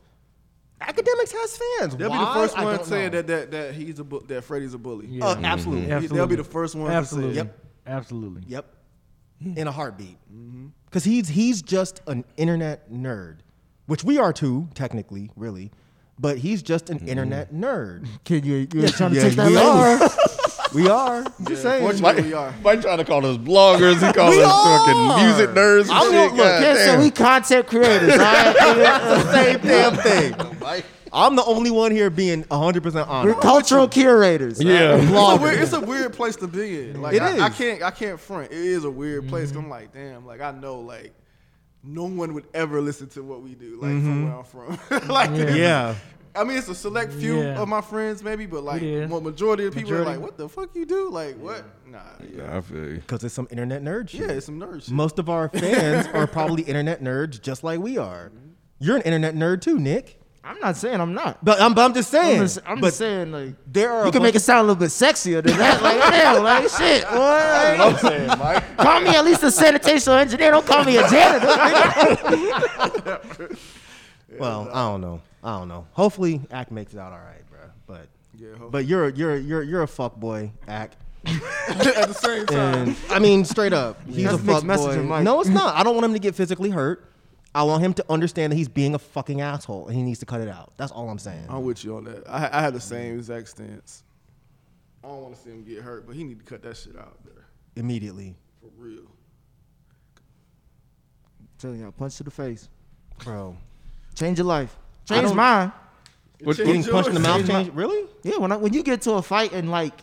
Speaker 7: Academics has fans.
Speaker 4: They'll
Speaker 7: Why?
Speaker 4: be the first
Speaker 7: I
Speaker 4: one
Speaker 7: don't
Speaker 4: saying
Speaker 7: know.
Speaker 4: that, that that he's a bu- that Freddie's a bully.
Speaker 5: Yeah.
Speaker 7: Oh, absolutely.
Speaker 5: Absolutely.
Speaker 4: They'll be the first one
Speaker 5: Absolutely.
Speaker 4: to say. it.
Speaker 7: Yep.
Speaker 5: Absolutely.
Speaker 7: Yep. In a heartbeat. Because he's he's just an internet nerd, which we are too, technically, really. But he's just an internet nerd.
Speaker 6: Can you you trying to
Speaker 7: Yeah,
Speaker 6: take that
Speaker 7: we
Speaker 6: lane?
Speaker 7: are. *laughs* we are. Just saying.
Speaker 4: Fortunately, we are.
Speaker 3: Mike trying to call us bloggers. He calls
Speaker 7: *laughs* We
Speaker 3: us
Speaker 7: are.
Speaker 3: fucking music nerds. and
Speaker 7: I'm
Speaker 3: shit.
Speaker 7: gonna- look,
Speaker 3: God
Speaker 6: Yeah, so
Speaker 3: damn.
Speaker 6: we content creators. all right?
Speaker 7: the same damn thing. I'm the only one here being 100%
Speaker 6: We're
Speaker 7: *laughs* honest.
Speaker 6: cultural curators. all right?
Speaker 3: yeah.
Speaker 4: It's a, weird, it's a weird place to be in. Like
Speaker 7: It
Speaker 4: I, I
Speaker 7: is. Mm-hmm.
Speaker 4: can't I can't front. It is a weird place. 'cause I'm like, damn. Like I know like no one would ever listen to what we do. Like from where I'm from. *laughs* like
Speaker 7: Mm-hmm. Yeah.
Speaker 4: I mean, it's a select few
Speaker 5: Yeah.
Speaker 4: of my friends maybe, but like
Speaker 5: It is.
Speaker 4: mo- majority of the people are
Speaker 5: Majority.
Speaker 4: like, what the fuck you do? Like what? Nah. Yeah.
Speaker 3: Nah, I feel you.
Speaker 7: Because it's some internet nerd shit.
Speaker 4: Yeah, it's some nerd shit.
Speaker 7: Most of our fans are probably internet nerds just like we are. You're an internet nerd too, Nick.
Speaker 6: I'm not saying I'm not.
Speaker 7: But I'm, but I'm just
Speaker 6: I'm
Speaker 7: saying.
Speaker 6: just, I'm
Speaker 7: but
Speaker 6: just saying like
Speaker 7: there are a
Speaker 6: you can
Speaker 7: bunch
Speaker 6: make it sound a little bit sexier than that. *laughs* Like damn, like shit. boy, like, Call me at least a sanitational engineer. Don't call me a janitor. *laughs*
Speaker 7: *laughs* Well, I don't know. I don't know. Hopefully, Ack makes it out all right, bro. But
Speaker 4: Yeah, hopefully.
Speaker 7: but you're you're you're you're a fuck boy, Ack.
Speaker 4: *laughs* At the same time.
Speaker 7: And I mean, straight up, he's
Speaker 6: That's
Speaker 7: a
Speaker 6: mixed
Speaker 7: fuck boy.
Speaker 6: messaging, Mike.
Speaker 7: No, it's not. I don't want him to get physically hurt. I want him to understand that he's being a fucking asshole and he needs to cut it out. That's all I'm saying.
Speaker 4: I'm with you on that. I, I had
Speaker 7: Mm-hmm.
Speaker 4: the same exact stance. I don't want to see him get hurt, but he need to cut that shit out there
Speaker 7: Immediately,
Speaker 4: for real.
Speaker 6: Telling y'all, punch to the face.
Speaker 7: bro.
Speaker 6: Change your life.
Speaker 7: I
Speaker 6: Change
Speaker 7: don't-
Speaker 6: mine.
Speaker 3: What,
Speaker 7: Getting punched in the mouth
Speaker 6: Change my-
Speaker 7: change? Really?
Speaker 6: Yeah, when I, when you get to a fight and like,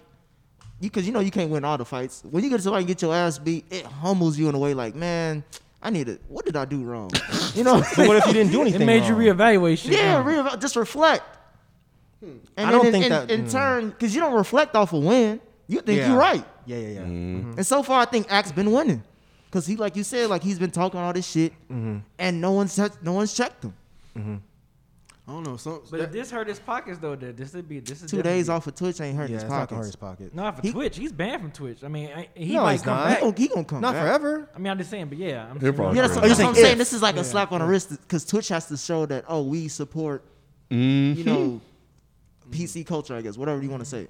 Speaker 6: you because you know you can't win all the fights. When you get to a fight and get your ass beat, it humbles you in a way. Like, man, I need to. What did I do wrong? You know,
Speaker 7: But what if you didn't *laughs* do anything?
Speaker 5: It made you
Speaker 7: wrong?
Speaker 5: reevaluate shit.
Speaker 6: yeah,
Speaker 5: huh?
Speaker 6: real, just reflect. And
Speaker 7: Hmm. I don't
Speaker 6: in,
Speaker 7: think
Speaker 6: in,
Speaker 7: that-
Speaker 6: in
Speaker 7: mm.
Speaker 6: turn, because you don't reflect off a win, you think
Speaker 7: Yeah. Mm-hmm.
Speaker 6: you're right.
Speaker 7: Yeah, yeah, yeah.
Speaker 6: And so far, I think Ack's been winning, cause he, like you said, like he's been talking all this shit,
Speaker 7: Mm-hmm.
Speaker 6: and no one's touched- no one's checked him.
Speaker 4: I don't know. Some,
Speaker 5: But
Speaker 4: that-
Speaker 5: this hurt his pockets though. That this would be this is
Speaker 6: Two
Speaker 5: definitely-
Speaker 6: days off of Twitch ain't hurting
Speaker 7: Yeah,
Speaker 6: his
Speaker 7: it's not gonna hurt
Speaker 6: pockets.
Speaker 7: his pocket.
Speaker 5: Not for
Speaker 6: He-
Speaker 5: Twitch. He's banned from Twitch. I mean, I, he
Speaker 7: No,
Speaker 5: might
Speaker 7: he's
Speaker 5: come
Speaker 7: not.
Speaker 6: He
Speaker 5: back.
Speaker 6: gonna, he gonna come
Speaker 7: Not
Speaker 6: back.
Speaker 7: forever.
Speaker 5: I mean, I'm just saying. But yeah, I'm
Speaker 3: He'll
Speaker 5: saying,
Speaker 3: probably
Speaker 6: Yeah, that's,
Speaker 3: Oh,
Speaker 6: what,
Speaker 3: you're
Speaker 6: that's what
Speaker 7: saying
Speaker 6: I'm saying.
Speaker 7: if.
Speaker 6: This is like a slap on the wrist because Twitch has to show that oh we support you know PC culture I guess whatever you want to say.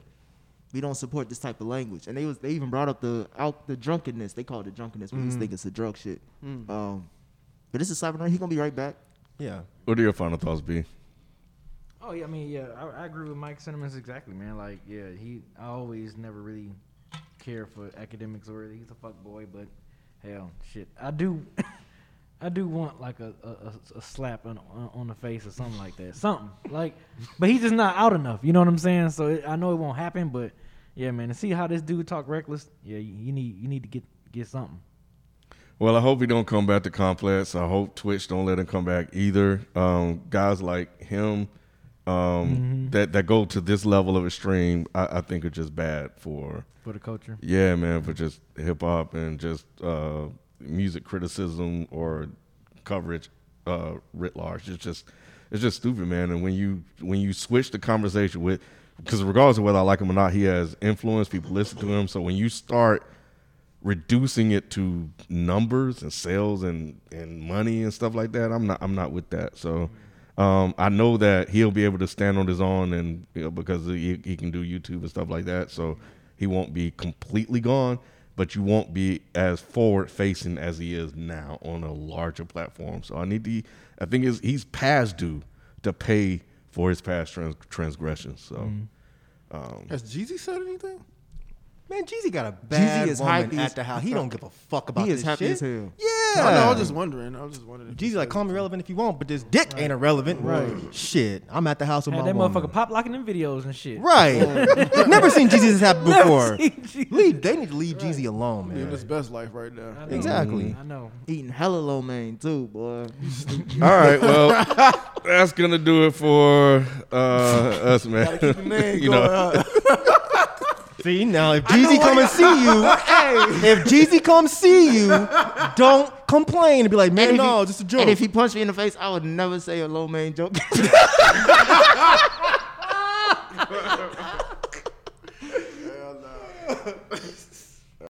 Speaker 6: We don't support this type of language, and they was they even brought up the out the drunkenness. They call it the drunkenness. We just think it's a drug shit. Um, but this is slap on the wrist. He gonna be right back.
Speaker 7: Yeah.
Speaker 3: What are your final thoughts, B?
Speaker 5: Oh yeah, I mean yeah, I, I agree with Mike sentiments exactly, man. Like yeah, he I always never really cared for academics or he's a fuck boy, but hell, shit, I do, *laughs* I do want like a a, a- a slap on on the face or something like that, something like, but he's just not out enough. You know what I'm saying? So it, I know it won't happen, but yeah, man, to see how this dude talk reckless, yeah, you, you need you need to get get something.
Speaker 3: Well, I hope he don't come back to complex. I hope Twitch don't let him come back either. Um, guys like him um,
Speaker 7: Mm-hmm.
Speaker 3: that that go to this level of extreme, I, I think are just bad for
Speaker 5: For the culture,
Speaker 3: yeah, man, for just hip hop and just uh, music criticism or coverage uh, writ large. It's just it's just stupid, man. And when you when you switch the conversation with because regardless of whether I like him or not, he has influence. People listen to him. So when you start reducing it to numbers and sales and and money and stuff like that, I'm not I'm not with that. So. Um, I know that he'll be able to stand on his own, and you know, because he, he can do YouTube and stuff like that, so he won't be completely gone. But you won't be as forward facing as he is now on a larger platform. So I need to. I think is he's past due to pay for his past trans, transgressions. So
Speaker 4: has Jeezy said anything?
Speaker 7: Man, Jeezy got a bad
Speaker 6: is
Speaker 7: woman
Speaker 6: hype
Speaker 7: at
Speaker 6: as-
Speaker 7: the house. He don't give a fuck about
Speaker 6: He
Speaker 7: this
Speaker 6: is happy
Speaker 7: shit.
Speaker 6: as hell.
Speaker 7: Yeah.
Speaker 4: I don't know. I was just wondering. I was just wondering. if he
Speaker 7: Jeezy like
Speaker 4: said
Speaker 7: call me relevant if you want, but this dick ain't irrelevant. Right. Shit, I'm at the house with
Speaker 5: had
Speaker 7: my
Speaker 5: that
Speaker 7: woman.
Speaker 5: motherfucker pop locking them videos and shit. *laughs*
Speaker 7: Right. *laughs* Never seen Jeezy this happen before.
Speaker 5: Jeezy.
Speaker 7: Leave. They need to leave Jeezy alone,
Speaker 4: living his
Speaker 7: man.
Speaker 4: best life right now.
Speaker 5: I know.
Speaker 7: Exactly.
Speaker 5: I know.
Speaker 6: Mm-hmm. Eating hella low main too, boy.
Speaker 3: all right, well that's gonna do it for uh, us, man. *laughs* you know,
Speaker 7: See now, if Jeezy come and see you, hey, if Jeezy come see you, don't complain and be like, man,
Speaker 6: if
Speaker 7: no,
Speaker 6: he-
Speaker 7: just a joke.
Speaker 6: And if he punched me in the face, I would never say a low main joke.